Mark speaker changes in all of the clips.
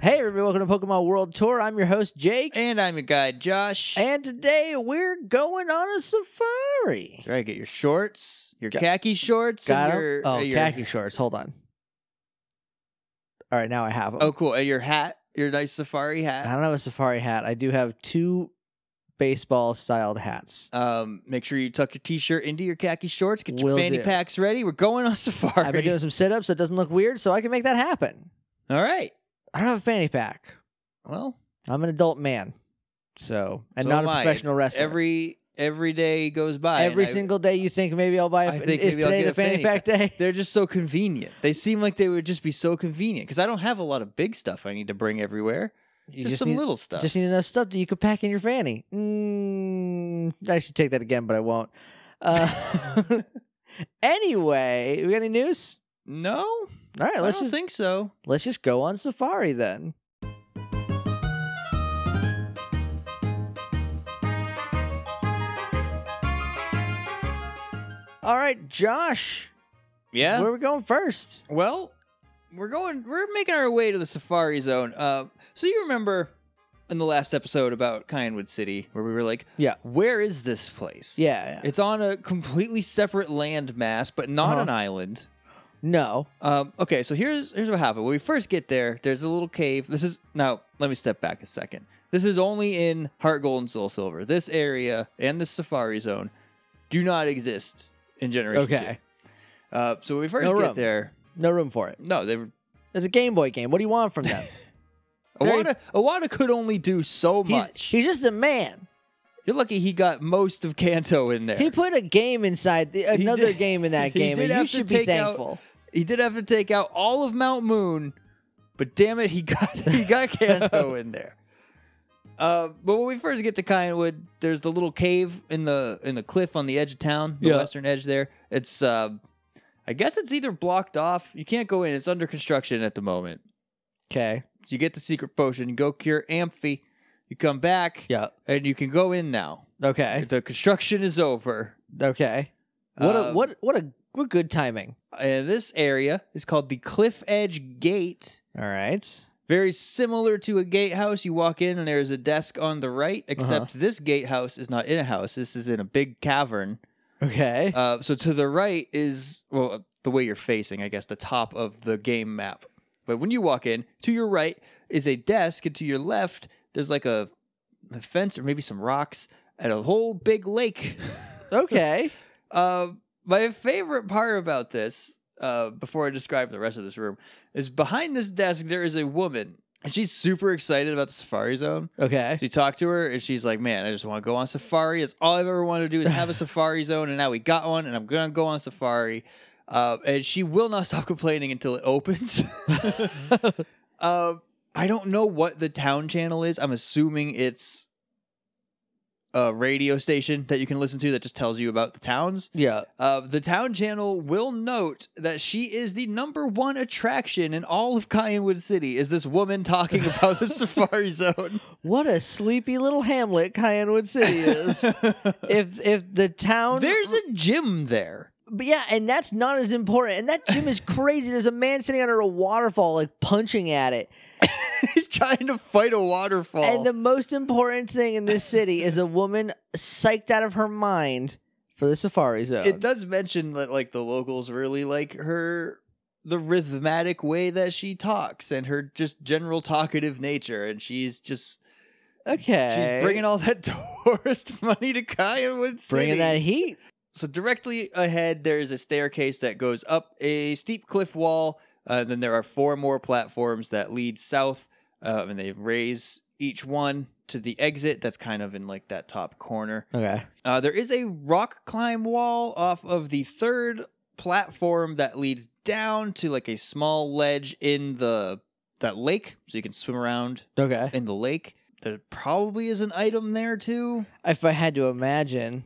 Speaker 1: Hey, everybody, welcome to Pokemon World Tour. I'm your host, Jake.
Speaker 2: And I'm your guy, Josh.
Speaker 1: And today we're going on a safari.
Speaker 2: That's right. Get your shorts, your
Speaker 1: Got-
Speaker 2: khaki shorts,
Speaker 1: Got
Speaker 2: and
Speaker 1: 'em?
Speaker 2: your,
Speaker 1: Oh,
Speaker 2: uh, your-
Speaker 1: khaki shorts. Hold on. All right, now I have them.
Speaker 2: Oh, cool. And your hat, your nice safari
Speaker 1: I
Speaker 2: hat.
Speaker 1: don't have a safari hat. I do have two baseball styled hats.
Speaker 2: Um, make sure you tuck your t-shirt into your khaki shorts. Get your
Speaker 1: Will
Speaker 2: fanny
Speaker 1: do.
Speaker 2: packs ready. We're going on safari.
Speaker 1: I've been doing some sit ups. It doesn't look weird, so I can make that happen.
Speaker 2: All right.
Speaker 1: I don't have a fanny pack.
Speaker 2: Well,
Speaker 1: I'm an adult man, so and
Speaker 2: So
Speaker 1: not a
Speaker 2: am I.
Speaker 1: professional wrestler.
Speaker 2: every every day goes by. and
Speaker 1: Every
Speaker 2: I-
Speaker 1: single day, you think maybe I'll buy. A,
Speaker 2: I
Speaker 1: f-
Speaker 2: think
Speaker 1: is
Speaker 2: maybe I'll
Speaker 1: today
Speaker 2: get
Speaker 1: the
Speaker 2: a
Speaker 1: fanny
Speaker 2: fanny
Speaker 1: pack day?
Speaker 2: They're just so convenient. They seem like they would just be so convenient because I don't have a lot of big stuff I need to bring everywhere.
Speaker 1: You
Speaker 2: just, some
Speaker 1: need,
Speaker 2: little stuff.
Speaker 1: Just need enough stuff that you could pack in your fanny. Mm, I should take that again, but I won't. Uh, anyway, we got any news?
Speaker 2: no,
Speaker 1: All right,
Speaker 2: I
Speaker 1: let's
Speaker 2: don't
Speaker 1: just
Speaker 2: think so.
Speaker 1: let's just go on safari then. All right, Josh,
Speaker 2: Yeah.
Speaker 1: where are we going first?
Speaker 2: Well, we're going. We're making our way to the Safari Zone. Uh, so you remember in the last episode about Kyanwood City, where we were like,
Speaker 1: Yeah.
Speaker 2: where is this place?"
Speaker 1: Yeah, yeah.
Speaker 2: it's on a completely separate land mass, but not
Speaker 1: Uh-huh.
Speaker 2: an island.
Speaker 1: no,
Speaker 2: Um, okay, so here's here's what happened. When we first get there, there's a little cave. This is now. Let me step back a second. This is only in Heart Gold and Soul Silver. This area and this Safari Zone do not exist in Generation
Speaker 1: Okay.
Speaker 2: Two. Uh, so when we first
Speaker 1: No
Speaker 2: get
Speaker 1: room.
Speaker 2: there,
Speaker 1: no room for it.
Speaker 2: no, they were
Speaker 1: It's a Game Boy game. What do you want from them? Very-
Speaker 2: Awada, Awada could only do so
Speaker 1: He's,
Speaker 2: much.
Speaker 1: he's just a man.
Speaker 2: You're lucky he got most of Kanto in there.
Speaker 1: He
Speaker 2: He,
Speaker 1: put a game inside the, another
Speaker 2: did-
Speaker 1: game in that
Speaker 2: he
Speaker 1: game,
Speaker 2: did
Speaker 1: and you
Speaker 2: have to
Speaker 1: should be
Speaker 2: take out-
Speaker 1: thankful.
Speaker 2: did have to take out all of Mount Moon, but damn it, he got he got Kanto in there. Uh, but when we first get to Kyanwood, there's the little cave in the in the cliff on the edge of town, the
Speaker 1: Yeah.
Speaker 2: western edge there. It's uh, I guess it's either blocked off. You can't go in. It's under construction at the moment.
Speaker 1: Okay.
Speaker 2: So you get the secret potion, go cure Amphi. You come back,
Speaker 1: Yeah.
Speaker 2: and you can go in now.
Speaker 1: Okay.
Speaker 2: The construction is over.
Speaker 1: Okay. What a
Speaker 2: Um,
Speaker 1: what what a what good timing.
Speaker 2: And uh, this area is called the Cliff Edge Gate.
Speaker 1: All right.
Speaker 2: Very similar to a gatehouse. You walk in and there's a desk on the right, except this gatehouse is not in a house. This is in a big cavern.
Speaker 1: Okay.
Speaker 2: Uh, so to the right is, well, the way you're facing, I guess, the top of the game map. But when you walk in, to your right is a desk, and to your left, there's like a, a fence or maybe some rocks and a whole big lake.
Speaker 1: okay.
Speaker 2: Uh, my favorite part about this, uh, before I describe the rest of this room, is behind this desk there is a woman, and she's super excited about the Safari Zone.
Speaker 1: Okay.
Speaker 2: So you talk to her, and she's like, "Man, I just want to go on safari. It's all I've ever wanted to do is have a Safari Zone, and now we got one, and I'm gonna go on safari." Uh, and she will not stop complaining until it opens. uh, I don't know what the town channel is. I'm assuming it's a radio station that you can listen to that just tells you about the towns.
Speaker 1: Yeah.
Speaker 2: Uh, the town channel will note that she is the number one attraction in all of Cottonwood City. Is this woman talking about the Safari Zone?
Speaker 1: What a sleepy little hamlet Cayennwood City is. if if the town
Speaker 2: There's a gym there.
Speaker 1: But yeah, and that's not as important. And that gym is crazy. There's a man sitting under a waterfall, like punching at it.
Speaker 2: He's trying to fight a waterfall.
Speaker 1: And the most important thing in this city is a woman psyched out of her mind for the safari zone.
Speaker 2: it does mention that like the locals really like her the rhythmatic way that she talks and her just general talkative nature and she's just
Speaker 1: okay,
Speaker 2: she's bringing all that tourist money to Cottonwood City.
Speaker 1: bringing that heat.
Speaker 2: So directly ahead, there is a staircase that goes up a steep cliff wall. Uh, then there are four more platforms that lead south, uh, and they raise each one to the exit. That's kind of in like that top corner.
Speaker 1: Okay,
Speaker 2: Uh, there is a rock climb wall off of the third platform that leads down to like a small ledge in the that lake, so you can swim around
Speaker 1: okay.
Speaker 2: in the lake. There probably is an item there too.
Speaker 1: If I had to imagine,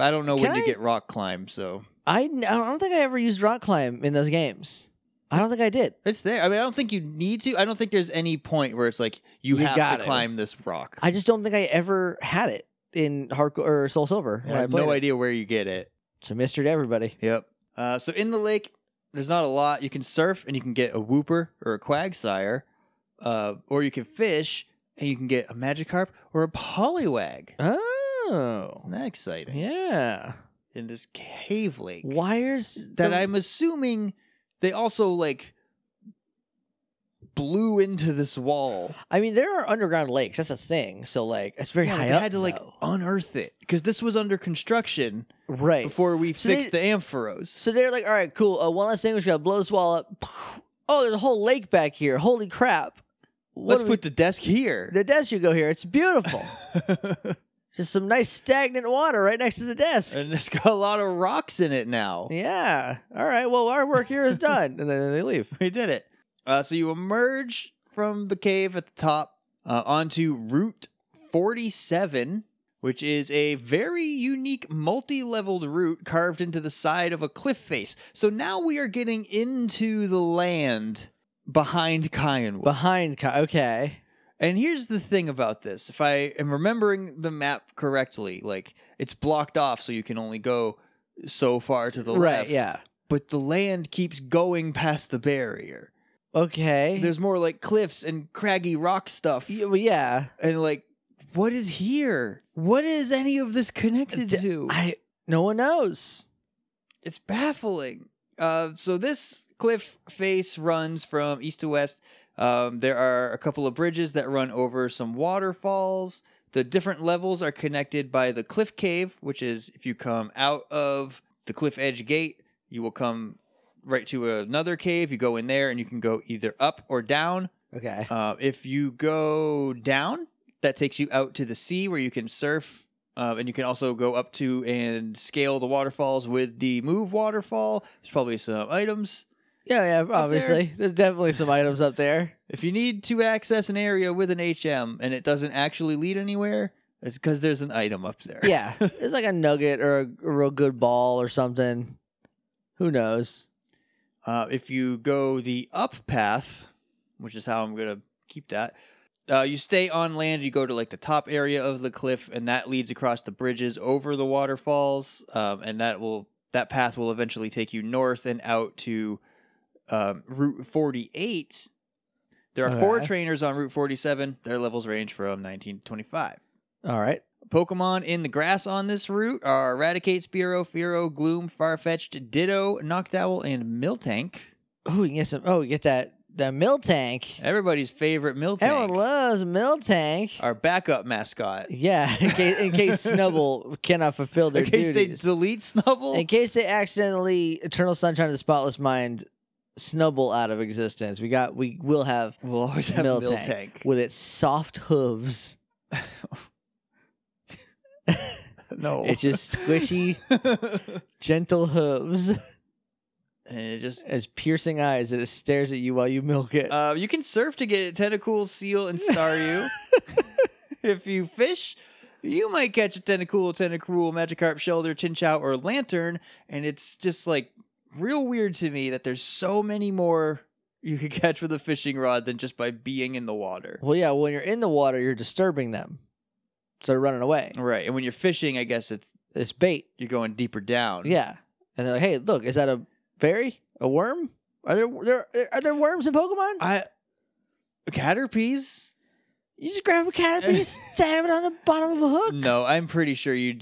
Speaker 2: I don't know
Speaker 1: Can
Speaker 2: when
Speaker 1: I-
Speaker 2: you get rock climb, so
Speaker 1: I, n- I don't think I ever used rock climb in those games. I don't think I did.
Speaker 2: It's there. I mean, I don't think you need to. I don't think there's any point where it's like you,
Speaker 1: You
Speaker 2: have
Speaker 1: gotta.
Speaker 2: to climb this rock.
Speaker 1: I just don't think I ever had it in Heart or Soul Silver.
Speaker 2: I
Speaker 1: when I
Speaker 2: have
Speaker 1: played
Speaker 2: no
Speaker 1: it.
Speaker 2: idea where you get it.
Speaker 1: It's a mystery to everybody.
Speaker 2: Yep. Uh, so in the lake, there's not a lot. You can surf and you can get a whooper or a quagsire. uh, or you can fish and you can get a Magikarp or a Poliwag.
Speaker 1: Oh.
Speaker 2: Isn't that exciting?
Speaker 1: Yeah.
Speaker 2: In this cave lake
Speaker 1: Wires
Speaker 2: that
Speaker 1: the-
Speaker 2: I'm assuming they also like blew into this wall.
Speaker 1: I mean, there are underground lakes. That's a thing. So like, it's very
Speaker 2: Yeah,
Speaker 1: high
Speaker 2: but they
Speaker 1: up.
Speaker 2: had to like
Speaker 1: though.
Speaker 2: unearth it because this was under construction
Speaker 1: right.
Speaker 2: before we
Speaker 1: So
Speaker 2: fixed
Speaker 1: they-
Speaker 2: the amphoros.
Speaker 1: so they're like, all right, cool. Uh, one last thing, we should blow this wall up. Oh, there's a whole lake back here. Holy crap! What
Speaker 2: Let's
Speaker 1: do we-
Speaker 2: put the desk here.
Speaker 1: the desk should go here. It's beautiful. Just some nice stagnant water right next to the desk.
Speaker 2: and it's got a lot of rocks in it now.
Speaker 1: yeah. All right. Well, our work here is done, and then they leave.
Speaker 2: We did it. Uh, so you emerge from the cave at the top uh, onto Route 47, which is a very unique multi leveled route carved into the side of a cliff face. So now we are getting into the land behind Kyanwood.
Speaker 1: Behind. Ki- okay.
Speaker 2: And here's the thing about this. If I am remembering the map correctly, like it's blocked off so you can only go so far to the
Speaker 1: Right.
Speaker 2: left.
Speaker 1: Yeah.
Speaker 2: But the land keeps going past the barrier.
Speaker 1: Okay.
Speaker 2: There's more like cliffs and craggy rock stuff.
Speaker 1: Yeah, well, yeah.
Speaker 2: And like, what is here? What is any of this connected
Speaker 1: D-
Speaker 2: to?
Speaker 1: I. No one knows.
Speaker 2: It's baffling. Uh, so this cliff face runs from east to west. Um, there are a couple of bridges that run over some waterfalls. The different levels are connected by the cliff cave, which is if you come out of the cliff edge gate, you will come right to another cave. You go in there and you can go either up or down.
Speaker 1: Okay.
Speaker 2: Uh, if you go down, that takes you out to the sea where you can surf, uh, and you can also go up to and scale the waterfalls with the move waterfall. There's probably some items.
Speaker 1: Yeah, yeah,
Speaker 2: there.
Speaker 1: obviously. There's definitely some items up there.
Speaker 2: If you need to access an area with an HM and it doesn't actually lead anywhere, it's because there's an item up there.
Speaker 1: Yeah. it's like a nugget or a, a real good ball or something. Who knows?
Speaker 2: Uh, if you go the up path, which is how I'm gonna keep that, uh, you stay on land. You go to like the top area of the cliff, and that leads across the bridges over the waterfalls, um, and that will that path will eventually take you north and out to um, Route 48. There are four
Speaker 1: Okay.
Speaker 2: trainers on Route 47. Their levels range from 19 to 25.
Speaker 1: All right.
Speaker 2: Pokemon in the grass on this route are Eradicate, Spearow, Fearow, Gloom, Farfetch'd, Ditto, Noctowl, and Miltank.
Speaker 1: Oh, you can get some. Oh, you get that that mill tank.
Speaker 2: Everybody's favorite Miltank.
Speaker 1: Everyone loves mill tank.
Speaker 2: our backup mascot.
Speaker 1: Yeah, in case, in case Snubble cannot fulfill their
Speaker 2: In case
Speaker 1: duties.
Speaker 2: they delete Snubble.
Speaker 1: in case they accidentally Eternal Sunshine of the Spotless Mind Snubble out of existence, we got we will have
Speaker 2: we'll always have
Speaker 1: Miltank,
Speaker 2: Miltank.
Speaker 1: with its soft hooves,
Speaker 2: No.
Speaker 1: its just squishy,
Speaker 2: and
Speaker 1: gentle hooves.
Speaker 2: it just
Speaker 1: as piercing eyes that it stares at you while you milk it.
Speaker 2: uh, you can surf to get Tentacool, Seal, and Staryu. if you fish, you might catch a Tentacool, Tentacruel, Magikarp, Shelder, Chinchou, or Lantern, and it's just like real weird to me that there's so many more you could catch with a fishing rod than just by being in the water.
Speaker 1: well, yeah, when you're in the water, you're disturbing them. So they're running away.
Speaker 2: Right, and when you're fishing, I guess it's
Speaker 1: It's bait.
Speaker 2: you're going deeper down.
Speaker 1: Yeah. And they're like, hey, look, is that a berry? A worm? Are there, there are there worms in Pokemon?
Speaker 2: I caterpies?
Speaker 1: you just grab a caterpillar, you stab it on the bottom of a hook.
Speaker 2: No, I'm pretty sure you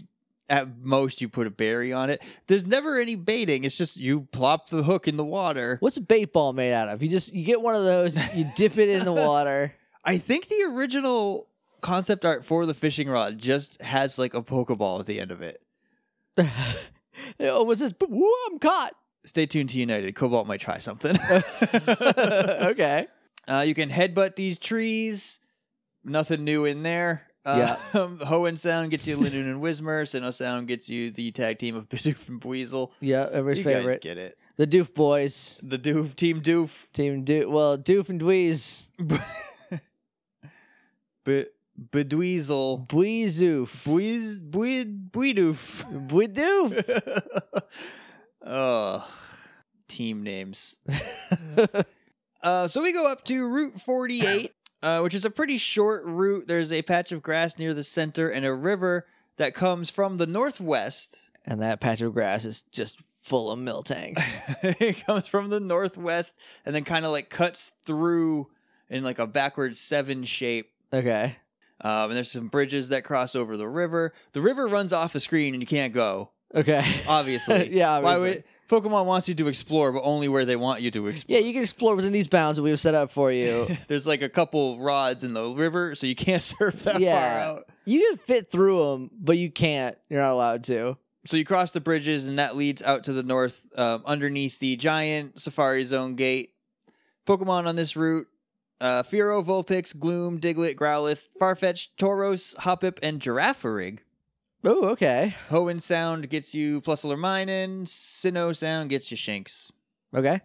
Speaker 2: at most you put a berry on it. There's never any baiting. It's just you plop the hook in the water.
Speaker 1: What's a bait ball made out of? You just you get one of those, you dip it in the water.
Speaker 2: I think the original concept art for the fishing rod just has like a pokeball at the end of it.
Speaker 1: oh, what's this? Woo, I'm caught.
Speaker 2: Stay tuned to United. Cobalt might try something.
Speaker 1: okay.
Speaker 2: Uh, you can headbutt these trees. Nothing new in there.
Speaker 1: Yeah.
Speaker 2: Um, Hoenn Sound gets you Linoon and Whismer. Sinnoh Sound gets you the tag team of Bidoof and Buizel.
Speaker 1: Yeah, everybody's
Speaker 2: you guys
Speaker 1: favorite.
Speaker 2: get it.
Speaker 1: The Doof Boys.
Speaker 2: The Doof, Team Doof.
Speaker 1: Team Doof. Well, Doof and Dweez.
Speaker 2: B- Bedweezel.
Speaker 1: Bweezoof.
Speaker 2: Buiz, Buid, Buidoof.
Speaker 1: Bwidoof.
Speaker 2: oh, team names. Uh, so we go up to Route 48, uh, which is a pretty short route. There's a patch of grass near the center and a river that comes from the northwest.
Speaker 1: and that patch of grass is just full of mill tanks.
Speaker 2: it comes from the northwest and then kind of like cuts through. in like a backwards seven shape.
Speaker 1: Okay.
Speaker 2: Um, and there's some bridges that cross over the river. The river runs off the screen and you can't go.
Speaker 1: Okay.
Speaker 2: Obviously,
Speaker 1: yeah.
Speaker 2: Why
Speaker 1: Obviously.
Speaker 2: would Pokemon wants you to explore, but only where they want you to explore.
Speaker 1: yeah, you can explore within these bounds that we have set up for you.
Speaker 2: There's like a couple rods in the river, so you can't surf that
Speaker 1: Yeah.
Speaker 2: far out.
Speaker 1: you can fit through them, but you can't. You're not allowed to.
Speaker 2: So you cross the bridges, and that leads out to the north, um, underneath the giant Safari Zone gate. Pokemon on this route: uh, Fearow, Vulpix, Gloom, Diglett, Growlithe, Farfetch, Tauros, Hoppip, and Girafarig.
Speaker 1: Oh, okay.
Speaker 2: Hoenn Sound gets you Pluslerminen. Sinnoh Sound gets you Shinx.
Speaker 1: Okay.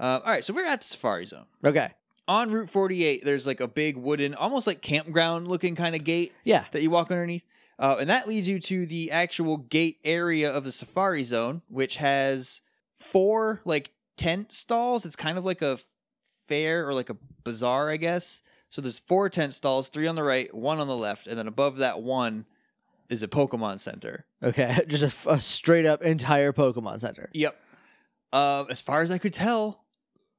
Speaker 2: Uh, all right, so we're at the Safari Zone.
Speaker 1: Okay.
Speaker 2: on Route 48, there's like a big wooden, almost like campground looking kind of gate
Speaker 1: Yeah.
Speaker 2: that you walk underneath. Uh, and that leads you to the actual gate area of the safari zone, which has four like tent stalls. It's kind of like a fair or like a bazaar, I guess. So there's four tent stalls, three on the right, one on the left, and then above that one is a Pokemon Center.
Speaker 1: Okay. Just a f- a, straight up entire Pokemon Center.
Speaker 2: Yep. Uh, as far as I could tell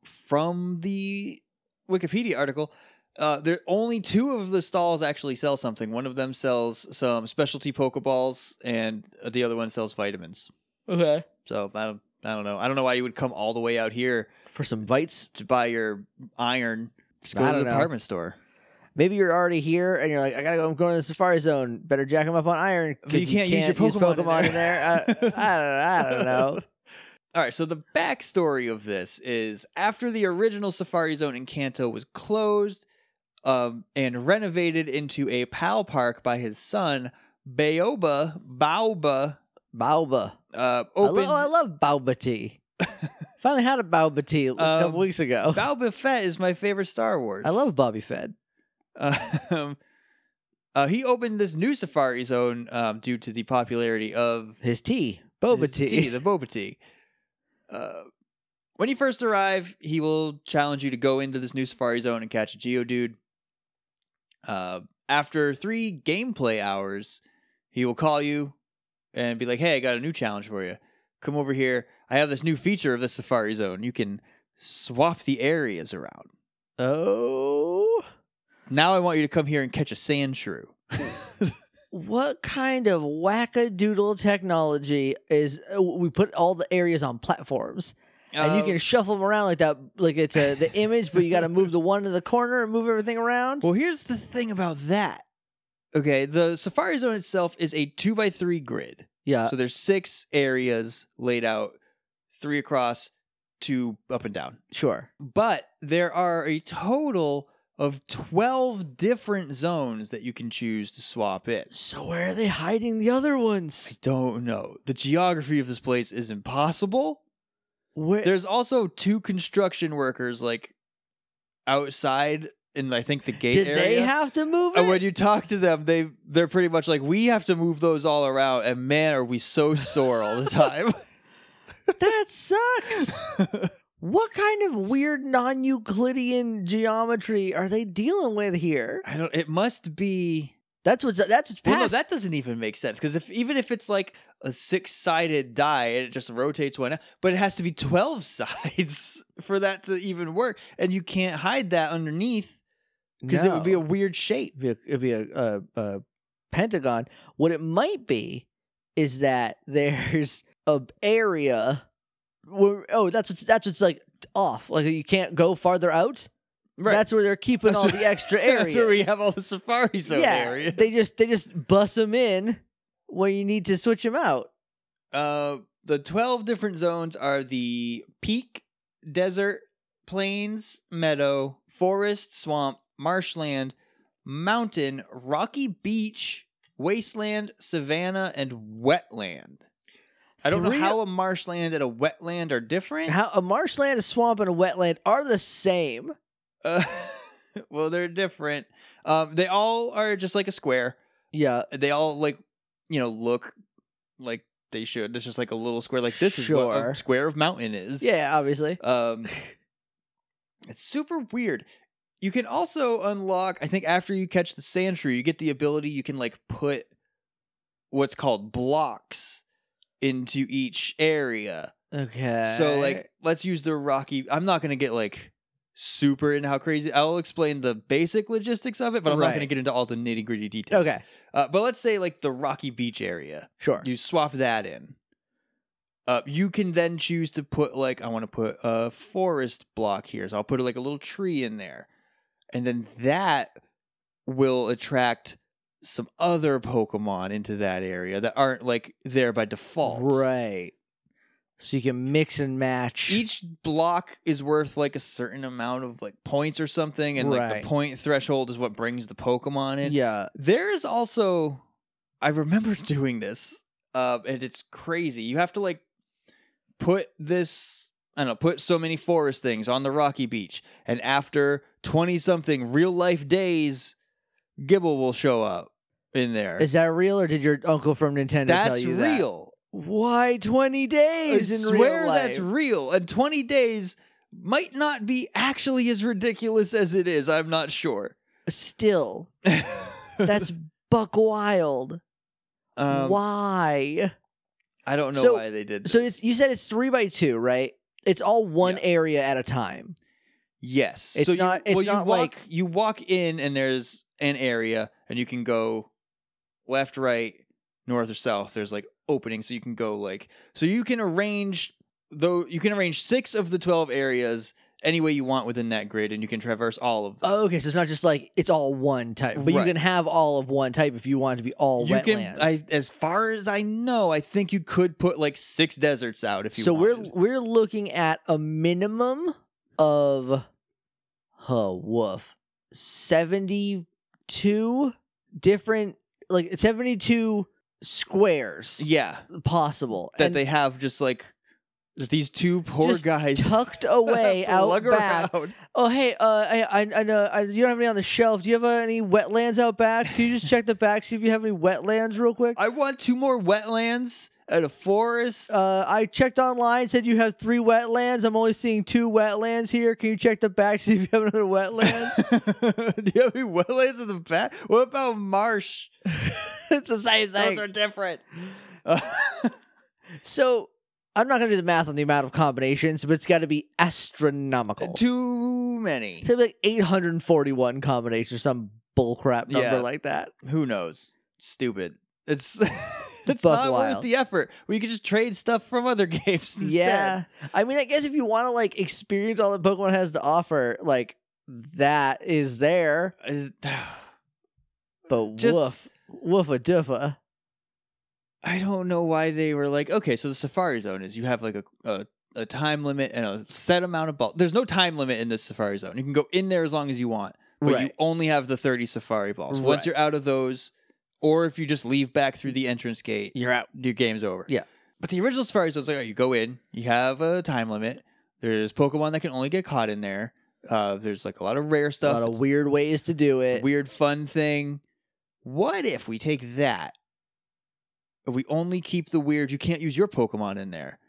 Speaker 2: from the Wikipedia article, uh, there only two of the stalls actually sell something. One of them sells some specialty Pokeballs, and the other one sells vitamins.
Speaker 1: Okay.
Speaker 2: So I don't, I don't know. I don't know why you would come all the way out here
Speaker 1: For some Vites.
Speaker 2: to buy your iron. Just go
Speaker 1: I
Speaker 2: to the
Speaker 1: don't know.
Speaker 2: department store.
Speaker 1: Maybe you're already here and you're like, I gotta go. I'm going to the Safari Zone. Better jack them up on iron
Speaker 2: But you can't use your Pokemon in
Speaker 1: in there. I, I don't. I don't know.
Speaker 2: All right, so the backstory of this is after the original Safari Zone in Kanto was closed um, and renovated into a PAL park by his son, Baoba, Baoba,
Speaker 1: Bauba.
Speaker 2: uh,
Speaker 1: I, lo- oh, I love
Speaker 2: opened.
Speaker 1: Bauba tea. Finally had a Bauba tea a
Speaker 2: Um,
Speaker 1: couple weeks ago.
Speaker 2: Baoba Fett is my favorite Star Wars.
Speaker 1: I love Bobby Fed.
Speaker 2: Um, uh, he opened this new Safari Zone um, due to the popularity of
Speaker 1: His tea. Boba
Speaker 2: his
Speaker 1: tea.
Speaker 2: The boba tea. Uh, when you first arrive, he will challenge you to go into this new safari zone and catch a geodude. Uh, after three gameplay hours, he will call you and be like, "Hey, I got a new challenge for you. Come over here. I have this new feature of the safari zone. You can swap the areas around.
Speaker 1: Oh.
Speaker 2: Now I want you to come here and catch a sand shrew."
Speaker 1: What kind of wackadoodle technology is uh, we put all the areas on platforms and you
Speaker 2: Uh,
Speaker 1: can shuffle them around like that, like it's a, the image, but you got to move the one to the corner and move everything around.
Speaker 2: Well, here's the thing about that. Okay, the Safari Zone itself is a two by three grid.
Speaker 1: Yeah,
Speaker 2: so there's six areas laid out, three across, two up and down.
Speaker 1: sure.
Speaker 2: But there are a total of twelve different zones that you can choose to swap in.
Speaker 1: So where are they hiding the other
Speaker 2: I
Speaker 1: ones?
Speaker 2: don't know. The geography of this place is impossible.
Speaker 1: Where?
Speaker 2: There's also two construction workers like outside in I think the gate
Speaker 1: Did
Speaker 2: area.
Speaker 1: they have to move it?
Speaker 2: And when you talk to them, they they're pretty much like, we have to move those all around, and man, are we so sore all the time.
Speaker 1: that sucks. what kind of weird non-Euclidean geometry are they dealing with here?
Speaker 2: I don't. It must be.
Speaker 1: That's what's that's what's
Speaker 2: Well, no,
Speaker 1: past.
Speaker 2: that doesn't even make sense because if even if it's like a six-sided die and it just rotates one, out, but it has to be twelve sides for that to even work, and you can't hide that underneath because it would be a
Speaker 1: No.
Speaker 2: weird shape.
Speaker 1: it'd be a, it'd be a, a, a pentagon. What it might be is that there's a area where oh that's what's, that's what's like off. Like you can't go farther out. That's where they're keeping
Speaker 2: That's
Speaker 1: all
Speaker 2: where-
Speaker 1: the extra areas.
Speaker 2: That's where we have all the safari zone
Speaker 1: yeah,
Speaker 2: areas.
Speaker 1: they just they just bus them in when you need to switch them out.
Speaker 2: Uh, the 12 different zones are the peak, desert, plains, meadow, forest, swamp, marshland, mountain, rocky beach, wasteland, savanna, and wetland. I don't
Speaker 1: Three-
Speaker 2: know how a marshland and a wetland are different.
Speaker 1: How a marshland, a swamp, and a wetland are the same.
Speaker 2: Uh, well, they're different. Um, they all are just like a square.
Speaker 1: Yeah,
Speaker 2: they all like you know look like they should. It's just like a little square. Like this is what
Speaker 1: Sure.
Speaker 2: a square of mountain is.
Speaker 1: yeah, obviously.
Speaker 2: Um, it's super weird. You can also unlock. I think after you catch the sand shrew, you get the ability. You can like put what's called blocks into each area.
Speaker 1: Okay.
Speaker 2: So like, let's use the rocky. I'm not gonna get like super into how crazy. I'll explain the basic logistics of it, but I'm not
Speaker 1: Right.
Speaker 2: going to get into all the nitty gritty details.
Speaker 1: Okay,
Speaker 2: Uh, but let's say like the Rocky Beach area,
Speaker 1: sure.
Speaker 2: you swap that in. Uh, you can then choose to put like I want to put a forest block here, so I'll put like a little tree in there, and then that will attract some other Pokemon into that area that aren't like there by default.
Speaker 1: Right. So you can mix and match.
Speaker 2: each block is worth like a certain amount of like points or something and like
Speaker 1: Right.
Speaker 2: the point threshold is what brings the pokemon in
Speaker 1: yeah.
Speaker 2: there is also i remember doing this uh, and it's crazy you have to like put this i don't know put so many forest things on the rocky beach and after 20 something real life days gibble will show up in there
Speaker 1: Is that real, or did your uncle from Nintendo tell
Speaker 2: that's
Speaker 1: you that?
Speaker 2: real
Speaker 1: Why twenty
Speaker 2: I
Speaker 1: days in
Speaker 2: swear
Speaker 1: real life?
Speaker 2: that's real. And 20 days might not be actually as ridiculous as it is. I'm not sure.
Speaker 1: Still, that's buck wild.
Speaker 2: um,
Speaker 1: Why?
Speaker 2: I don't know
Speaker 1: so-
Speaker 2: why they did. This.
Speaker 1: So it's, you said it's three by two, right? It's all one
Speaker 2: Yeah.
Speaker 1: area at a time.
Speaker 2: yes.
Speaker 1: it's
Speaker 2: so you-
Speaker 1: not- it's
Speaker 2: well, you
Speaker 1: not
Speaker 2: walk,
Speaker 1: like-
Speaker 2: you walk in and there's an area and you can go left, right, north or south. There's like openings so you can go like so you can arrange though you can arrange six of the twelve areas any way you want within that grid and you can traverse all of them.
Speaker 1: Oh, okay, so it's not just like it's all one type, but you
Speaker 2: Right.
Speaker 1: can have all of one type if you want it to be all
Speaker 2: you
Speaker 1: wetlands.
Speaker 2: can I, as far as i know i think you could put like six deserts out if you
Speaker 1: so
Speaker 2: wanted.
Speaker 1: we're we're looking at a minimum of huh woof 72 different like 72 squares
Speaker 2: yeah
Speaker 1: possible
Speaker 2: that
Speaker 1: and
Speaker 2: they have just like just these two poor
Speaker 1: Just
Speaker 2: guys
Speaker 1: tucked away out
Speaker 2: plug
Speaker 1: back
Speaker 2: around.
Speaker 1: oh hey uh I, I i know I, you don't have any on the shelf do you have uh, any wetlands out back can you just check the back see if you have any wetlands real quick
Speaker 2: i want two more wetlands and a forest
Speaker 1: uh, I checked online, said you have three wetlands. I'm only seeing two wetlands here. Can you check the back, see if you have another wetland?
Speaker 2: do you have any wetlands in the back what about marsh
Speaker 1: it's the same
Speaker 2: those
Speaker 1: thing.
Speaker 2: are different Uh,
Speaker 1: so I'm not gonna do the math on the amount of combinations, but it's got to be astronomical.
Speaker 2: too many
Speaker 1: It's gotta be like 841 combinations or some bullcrap number
Speaker 2: Yeah.
Speaker 1: like that.
Speaker 2: who knows stupid it's it's
Speaker 1: Buck
Speaker 2: not worth
Speaker 1: wild.
Speaker 2: the effort we could just trade stuff from other games instead.
Speaker 1: Yeah, I mean, I guess if you want to like experience all that Pokemon has to offer, like that is there.
Speaker 2: Is-
Speaker 1: But
Speaker 2: Just-
Speaker 1: woof, woof a doofa.
Speaker 2: I don't know why they were like, okay, so the safari zone is you have like a a, a time limit and a set amount of balls. There's no time limit in this safari zone. You can go in there as long as you want, but you
Speaker 1: Right.
Speaker 2: only have the 30 safari balls.
Speaker 1: Right.
Speaker 2: Once you're out of those, or if you just leave back through the entrance gate,
Speaker 1: You're out.
Speaker 2: your game's over.
Speaker 1: Yeah.
Speaker 2: But the original safari zone is like, oh, you go in, you have a time limit. There's Pokemon that can only get caught in there. Uh, there's like a lot of rare
Speaker 1: A
Speaker 2: stuff.
Speaker 1: lot
Speaker 2: It's-
Speaker 1: of weird ways to do
Speaker 2: it's
Speaker 1: it.
Speaker 2: a weird fun thing. What if we take that? If we only keep the weird, you can't use your Pokemon in there.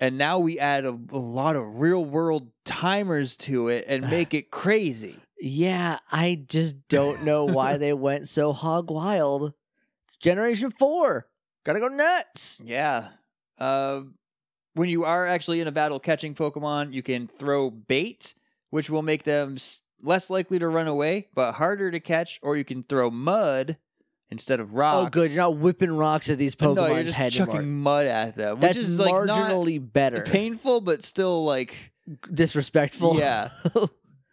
Speaker 2: And now we add a, a lot of real world timers to it and make it crazy.
Speaker 1: Yeah, I just don't know why they went so hog wild. It's Generation 4. Gotta go nuts.
Speaker 2: Yeah. Um when you are actually in a battle catching Pokemon, you can throw bait, which will make them s- less likely to run away, but harder to catch, or you can throw mud instead of rocks.
Speaker 1: Oh, good. You're not whipping rocks at these Pokemon's
Speaker 2: no, you're just
Speaker 1: head
Speaker 2: chucking
Speaker 1: anymore.
Speaker 2: mud at them. Which
Speaker 1: That's
Speaker 2: is like not-
Speaker 1: marginally better.
Speaker 2: painful but still like
Speaker 1: Disrespectful.
Speaker 2: yeah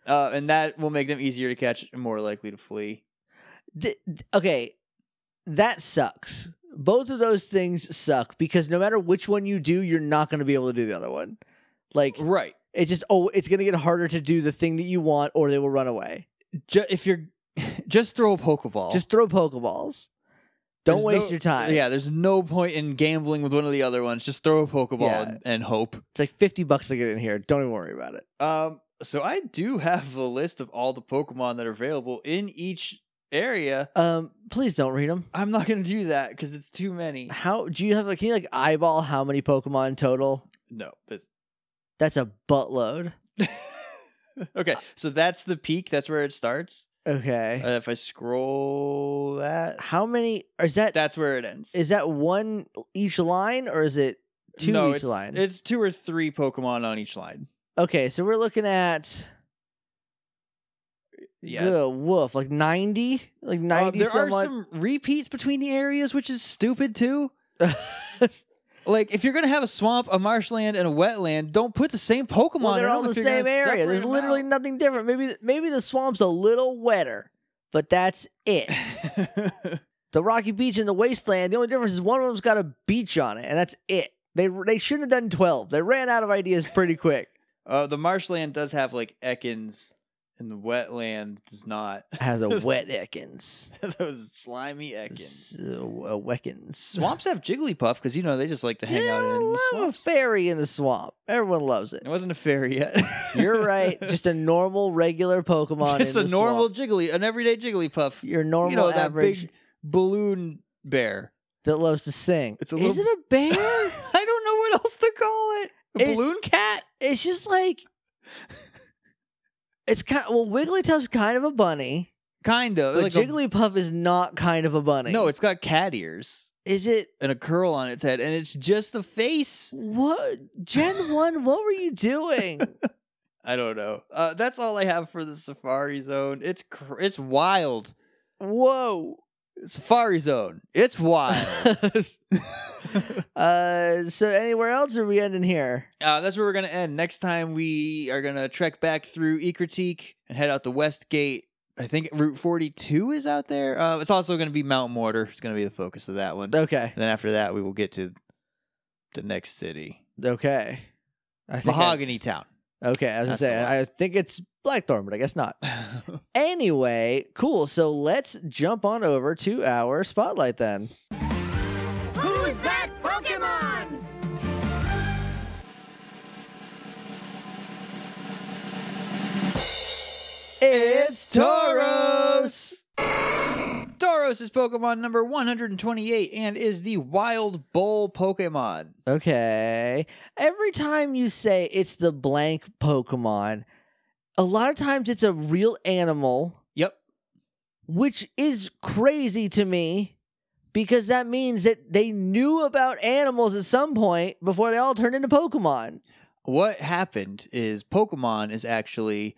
Speaker 2: uh, and that will make them easier to catch and more likely to flee
Speaker 1: Th- th- okay, that sucks. Both of those things suck because no matter which one you do, you're not gonna be able to do the other one. Like,
Speaker 2: right
Speaker 1: it just, oh, it's gonna get harder to do the thing that you want or they will run away.
Speaker 2: Ju- if you're just throw a pokeball
Speaker 1: Just throw Pokeballs. Don't
Speaker 2: Oh. There's
Speaker 1: waste
Speaker 2: no-
Speaker 1: your time.
Speaker 2: yeah there's no point in gambling with one of the other ones just throw a pokeball
Speaker 1: Yeah.
Speaker 2: and, and hope
Speaker 1: It's like 50 bucks to get in here. Don't even worry about it.
Speaker 2: um so i do have a list of all the pokemon that are available in each area
Speaker 1: Um, please don't read them.
Speaker 2: i'm not gonna do that because it's too many
Speaker 1: How do you have like can you like eyeball how many Pokemon total?
Speaker 2: no that's
Speaker 1: That's a buttload.
Speaker 2: okay so that's the peak that's where it starts
Speaker 1: Okay.
Speaker 2: uh, if i scroll that
Speaker 1: how many is that,
Speaker 2: That's where it ends.
Speaker 1: is that one each line or is it two
Speaker 2: no,
Speaker 1: each
Speaker 2: it's,
Speaker 1: line?
Speaker 2: It's two or three Pokemon on each line.
Speaker 1: okay, so we're looking at
Speaker 2: Yeah.
Speaker 1: Good woof. Like 90? Like
Speaker 2: Uh,
Speaker 1: 90
Speaker 2: there
Speaker 1: some
Speaker 2: are some repeats between the areas, which is stupid too.
Speaker 1: odd-
Speaker 2: Like if you're gonna have a swamp, a marshland, and a wetland, don't put the same Pokemon.
Speaker 1: well, they're
Speaker 2: in
Speaker 1: all
Speaker 2: them
Speaker 1: the
Speaker 2: if you're
Speaker 1: same
Speaker 2: gonna
Speaker 1: area.
Speaker 2: separate
Speaker 1: There's
Speaker 2: them
Speaker 1: literally
Speaker 2: out.
Speaker 1: nothing different. Maybe maybe the swamp's a little wetter, but that's it. the Rocky Beach and the Wasteland, the only difference is one of them's got a beach on it, and that's it. They they shouldn't have done 12. They ran out of ideas pretty quick.
Speaker 2: uh, the marshland does have like Ekans, and the wetland does not.
Speaker 1: Has a wet Ekans.
Speaker 2: Those slimy Ekans.
Speaker 1: S- uh, a Weckens.
Speaker 2: Swamps have Jigglypuff because you know they just like to hang
Speaker 1: yeah,
Speaker 2: out
Speaker 1: I
Speaker 2: in the
Speaker 1: love
Speaker 2: swamps.
Speaker 1: a fairy in the swamp. Everyone loves it.
Speaker 2: It wasn't a fairy yet.
Speaker 1: You're right. Just a normal, regular Pokemon.
Speaker 2: Just
Speaker 1: in
Speaker 2: a
Speaker 1: the
Speaker 2: normal
Speaker 1: swamp.
Speaker 2: Jiggly, an everyday Jigglypuff.
Speaker 1: Your normal
Speaker 2: you know that
Speaker 1: average
Speaker 2: big balloon bear.
Speaker 1: that loves to sing.
Speaker 2: It's a
Speaker 1: Is
Speaker 2: little-
Speaker 1: it a bear?
Speaker 2: I don't know what else to call it. A
Speaker 1: It's-
Speaker 2: balloon cat.
Speaker 1: it's just like it's kind. well, Wigglytuff's kind of a bunny,
Speaker 2: Kind of.
Speaker 1: but
Speaker 2: like a-
Speaker 1: Jigglypuff is not kind of a bunny.
Speaker 2: no, it's got cat ears
Speaker 1: is it
Speaker 2: and a curl on its head, and it's just the face.
Speaker 1: what Gen One? What were you doing?
Speaker 2: I don't know. Uh, that's all I have for the Safari Zone. It's cr- it's wild.
Speaker 1: Whoa.
Speaker 2: Safari Zone. It's wild.
Speaker 1: uh, so anywhere else are we ending here?
Speaker 2: Uh, that's where we're gonna end. Next time we are gonna trek back through Ecritique and head out the West Gate. I think Route 42 is out there. Uh, it's also gonna be Mount Mortar. It's gonna be the focus of that one.
Speaker 1: Okay.
Speaker 2: And then after that, we will get to the next city,
Speaker 1: Okay. I think I-
Speaker 2: Mahogany Town.
Speaker 1: okay, I was gonna
Speaker 2: That's
Speaker 1: say
Speaker 2: the one.
Speaker 1: I think it's Blackthorn, but I guess not. Anyway, cool. So let's jump on over to our spotlight then.
Speaker 3: Who's that Pokemon?
Speaker 1: It's
Speaker 2: Tauros is Pokemon number 128 and is the Wild Bull Pokemon.
Speaker 1: Okay. Every time you say it's the blank Pokemon, a lot of times it's a real animal,
Speaker 2: Yep.
Speaker 1: which is crazy to me because that means that they knew about animals at some point before they all turned into Pokemon.
Speaker 2: what happened is Pokemon is actually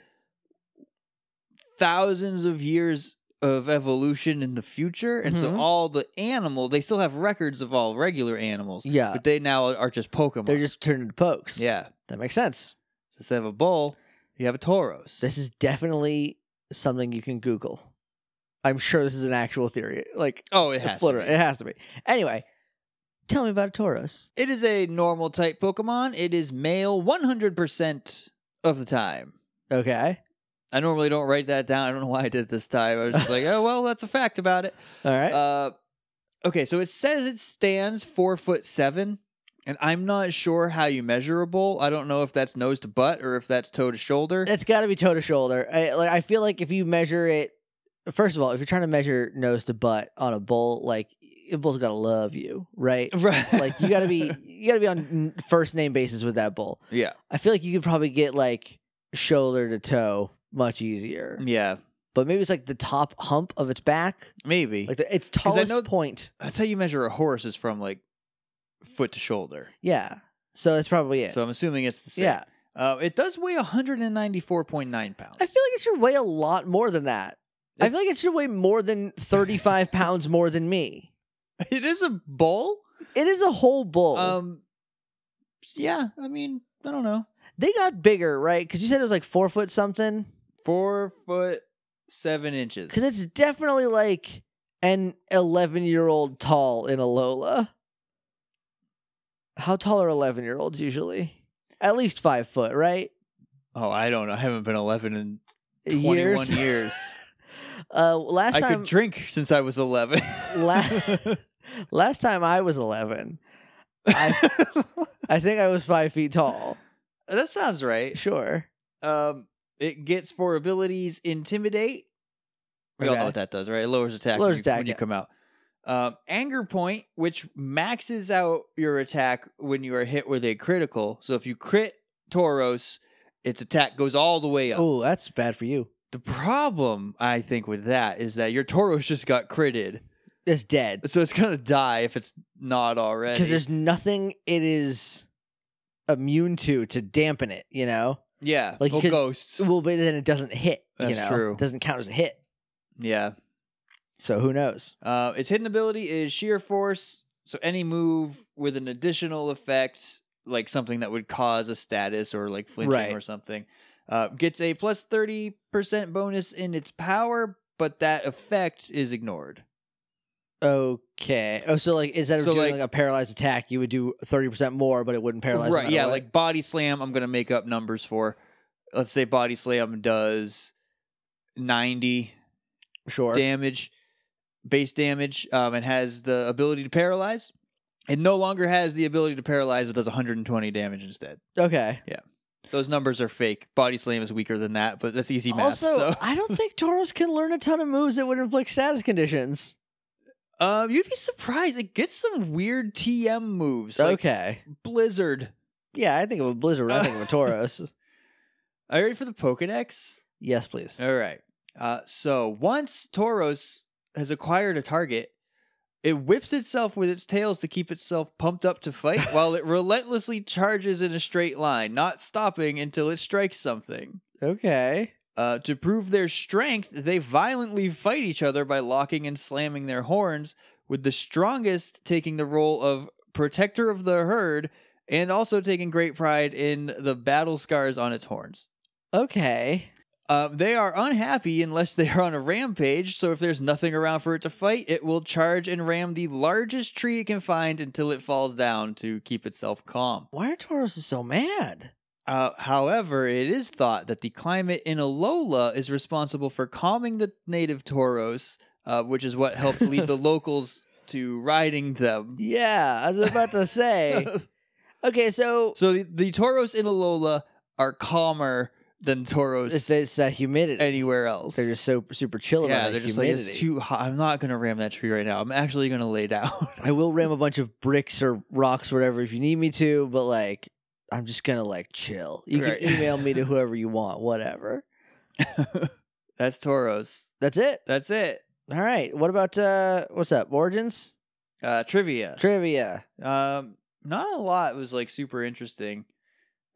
Speaker 2: thousands of years of evolution in the future, and
Speaker 1: Mhm.
Speaker 2: so all the animal they still have records of all regular animals,
Speaker 1: Yeah.
Speaker 2: but they now are just Pokemon.
Speaker 1: They're just turned into pokes.
Speaker 2: yeah.
Speaker 1: That makes sense.
Speaker 2: So instead of a bull, you have a Tauros.
Speaker 1: This is definitely something you can Google. I'm sure this is an actual theory. Like
Speaker 2: oh, it has. to
Speaker 1: flutter-
Speaker 2: be.
Speaker 1: It has to be. Anyway, tell me about a Taurus.
Speaker 2: It is a normal type Pokemon. It is male 100% of the time.
Speaker 1: Okay.
Speaker 2: I normally don't write that down. I don't know why I did this time. I was just like, oh well, that's a fact about it.
Speaker 1: All right.
Speaker 2: Uh, okay, so it says it stands four foot seven, and I'm not sure how you measure a bull. I don't know if that's nose to butt or if that's toe to shoulder.
Speaker 1: It's got to be toe to shoulder. I, like I feel like if you measure it, first of all, if you're trying to measure nose to butt on a bull, like a bull's got to love you, right?
Speaker 2: Right.
Speaker 1: like you got to be you got to be on n- first name basis with that bull.
Speaker 2: Yeah.
Speaker 1: I feel like you could probably get like shoulder to toe much easier,
Speaker 2: Yeah.
Speaker 1: but maybe it's like the top hump of its back,
Speaker 2: Maybe.
Speaker 1: like the, its
Speaker 2: 'Cause I
Speaker 1: tallest
Speaker 2: know-
Speaker 1: point.
Speaker 2: that's how you measure a horse is from like foot to shoulder.
Speaker 1: Yeah, so that's probably it.
Speaker 2: So I'm assuming it's the same.
Speaker 1: yeah,
Speaker 2: Uh, it does weigh 194.9 pounds.
Speaker 1: I feel like it should weigh a lot more than that. I feel like it should weigh more than thirty five pounds more than me.
Speaker 2: it's it is a bull.
Speaker 1: It is a whole bull.
Speaker 2: Um. Yeah. I mean, I don't know.
Speaker 1: they got bigger, right? Because you said it was like four foot something.
Speaker 2: Four foot seven inches.
Speaker 1: Because it's definitely like an eleven year old tall in Alola. How tall are eleven year olds usually? At least five foot, right?
Speaker 2: Oh, I don't know. I haven't been 11 in 21
Speaker 1: Years.
Speaker 2: years.
Speaker 1: Uh, last
Speaker 2: I
Speaker 1: time,
Speaker 2: could drink since I was 11.
Speaker 1: La- last time I was eleven, I- I think I was five feet tall.
Speaker 2: that sounds right.
Speaker 1: Sure.
Speaker 2: Um, it gets four abilities Intimidate. We all
Speaker 1: Okay.
Speaker 2: know what that does, right? It lowers attack,
Speaker 1: Lowers
Speaker 2: when, you,
Speaker 1: attack,
Speaker 2: when you
Speaker 1: yeah.
Speaker 2: come out. Um, anger Point, which maxes out your attack when you are hit with a critical. So if you crit Tauros, its attack goes all the way up.
Speaker 1: Oh, that's bad for you.
Speaker 2: The problem, I think, with that is that your Tauros just got critted.
Speaker 1: It's dead
Speaker 2: So it's gonna die if it's not already.
Speaker 1: because there's nothing it is immune to to dampen it. You know.
Speaker 2: Yeah.
Speaker 1: Like,
Speaker 2: well,
Speaker 1: 'cause-
Speaker 2: ghosts.
Speaker 1: Well, but then it doesn't hit. you
Speaker 2: That's
Speaker 1: know?
Speaker 2: true.
Speaker 1: It doesn't count as a hit.
Speaker 2: yeah.
Speaker 1: So who knows?
Speaker 2: Uh, its hidden ability is sheer force. So any move with an additional effect, like something that would cause a status or like flinching
Speaker 1: Right.
Speaker 2: or something, uh, gets a plus thirty percent bonus in its power, but that effect is ignored.
Speaker 1: Okay. Oh, so like instead of
Speaker 2: So,
Speaker 1: doing
Speaker 2: like-
Speaker 1: like, a paralyzed attack, you would do thirty percent more, but it wouldn't paralyze. no
Speaker 2: right?
Speaker 1: matter
Speaker 2: Yeah,
Speaker 1: what?
Speaker 2: like body slam. I'm gonna make up numbers for. Let's say body slam does ninety
Speaker 1: sure.
Speaker 2: damage, base damage, um, and has the ability to paralyze. It no longer has the ability to paralyze, but does 120 damage instead.
Speaker 1: Okay.
Speaker 2: Those numbers are fake. Body slam is weaker than that, but that's easy math.
Speaker 1: also,
Speaker 2: so.
Speaker 1: I don't think Tauros can learn a ton of moves that would inflict status conditions.
Speaker 2: um, you'd be surprised. It gets some weird TM moves, like
Speaker 1: okay.
Speaker 2: Blizzard.
Speaker 1: Yeah, I think of a Blizzard. when I think of a Tauros.
Speaker 2: Are you ready for the Pokedex?
Speaker 1: yes, please.
Speaker 2: All right. Uh, so once Tauros has acquired a target, it whips itself with its tails to keep itself pumped up to fight while it relentlessly charges in a straight line, not stopping until it strikes something.
Speaker 1: Okay.
Speaker 2: Uh, to prove their strength, they violently fight each other by locking and slamming their horns, with the strongest taking the role of protector of the herd and also taking great pride in the battle scars on its horns.
Speaker 1: Okay.
Speaker 2: Uh, they are unhappy unless they are on a rampage, so if there's nothing around for it to fight, it will charge and ram the largest tree it can find until it falls down to keep itself calm.
Speaker 1: Why are Tauros so mad?
Speaker 2: Uh, however, it is thought that the climate in Alola is responsible for calming the native toros, uh, which is what helped lead the locals to riding them.
Speaker 1: Yeah, I was about to say. okay, so
Speaker 2: so the, the toros in Alola are calmer than
Speaker 1: it's,
Speaker 2: toros
Speaker 1: it's that humidity.
Speaker 2: anywhere else.
Speaker 1: They're just so super chill about
Speaker 2: Yeah,
Speaker 1: that
Speaker 2: they're just
Speaker 1: humidity.
Speaker 2: like it's too hot. I'm not gonna ram that tree right now. I'm actually gonna lay down.
Speaker 1: I will ram a bunch of bricks or rocks, or whatever, if you need me to. But like, I'm just gonna like chill. You
Speaker 2: Right.
Speaker 1: can email me to whoever you want, whatever.
Speaker 2: That's Toros.
Speaker 1: That's it.
Speaker 2: That's it.
Speaker 1: All right. What about uh, what's up? Origins
Speaker 2: Uh, trivia.
Speaker 1: trivia.
Speaker 2: um, not a lot was like super interesting.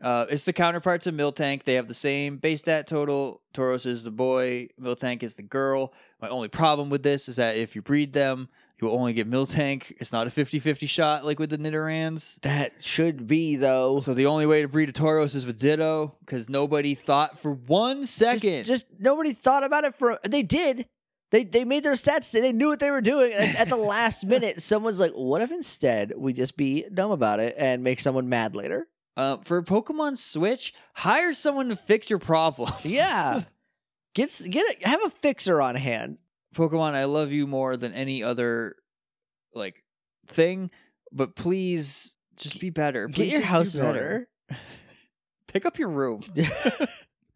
Speaker 2: Uh, it's the counterpart to Miltank. They have the same base stat total. Toros is the boy. Miltank is the girl. My only problem with this is that if you breed them, you will only get Miltank. It's not a 50-50 shot like with the Nidorans.
Speaker 1: That should be though.
Speaker 2: So the only way to breed a Toros is with Ditto because nobody thought for one
Speaker 1: Just-
Speaker 2: second.
Speaker 1: just, nobody thought about it for. They did. They they made their stats. They knew what they were doing. And at the last minute, someone's like, "What if instead we just be dumb about it and make someone mad later?"
Speaker 2: Uh, for Pokemon Switch, hire someone to fix your problem.
Speaker 1: Yeah. Get s- get a, have a fixer on hand.
Speaker 2: Pokemon, I love you more than any other like thing, but please just be better.
Speaker 1: Get
Speaker 2: Please
Speaker 1: your
Speaker 2: just
Speaker 1: house
Speaker 2: do
Speaker 1: in
Speaker 2: better.
Speaker 1: order.
Speaker 2: Pick up your room.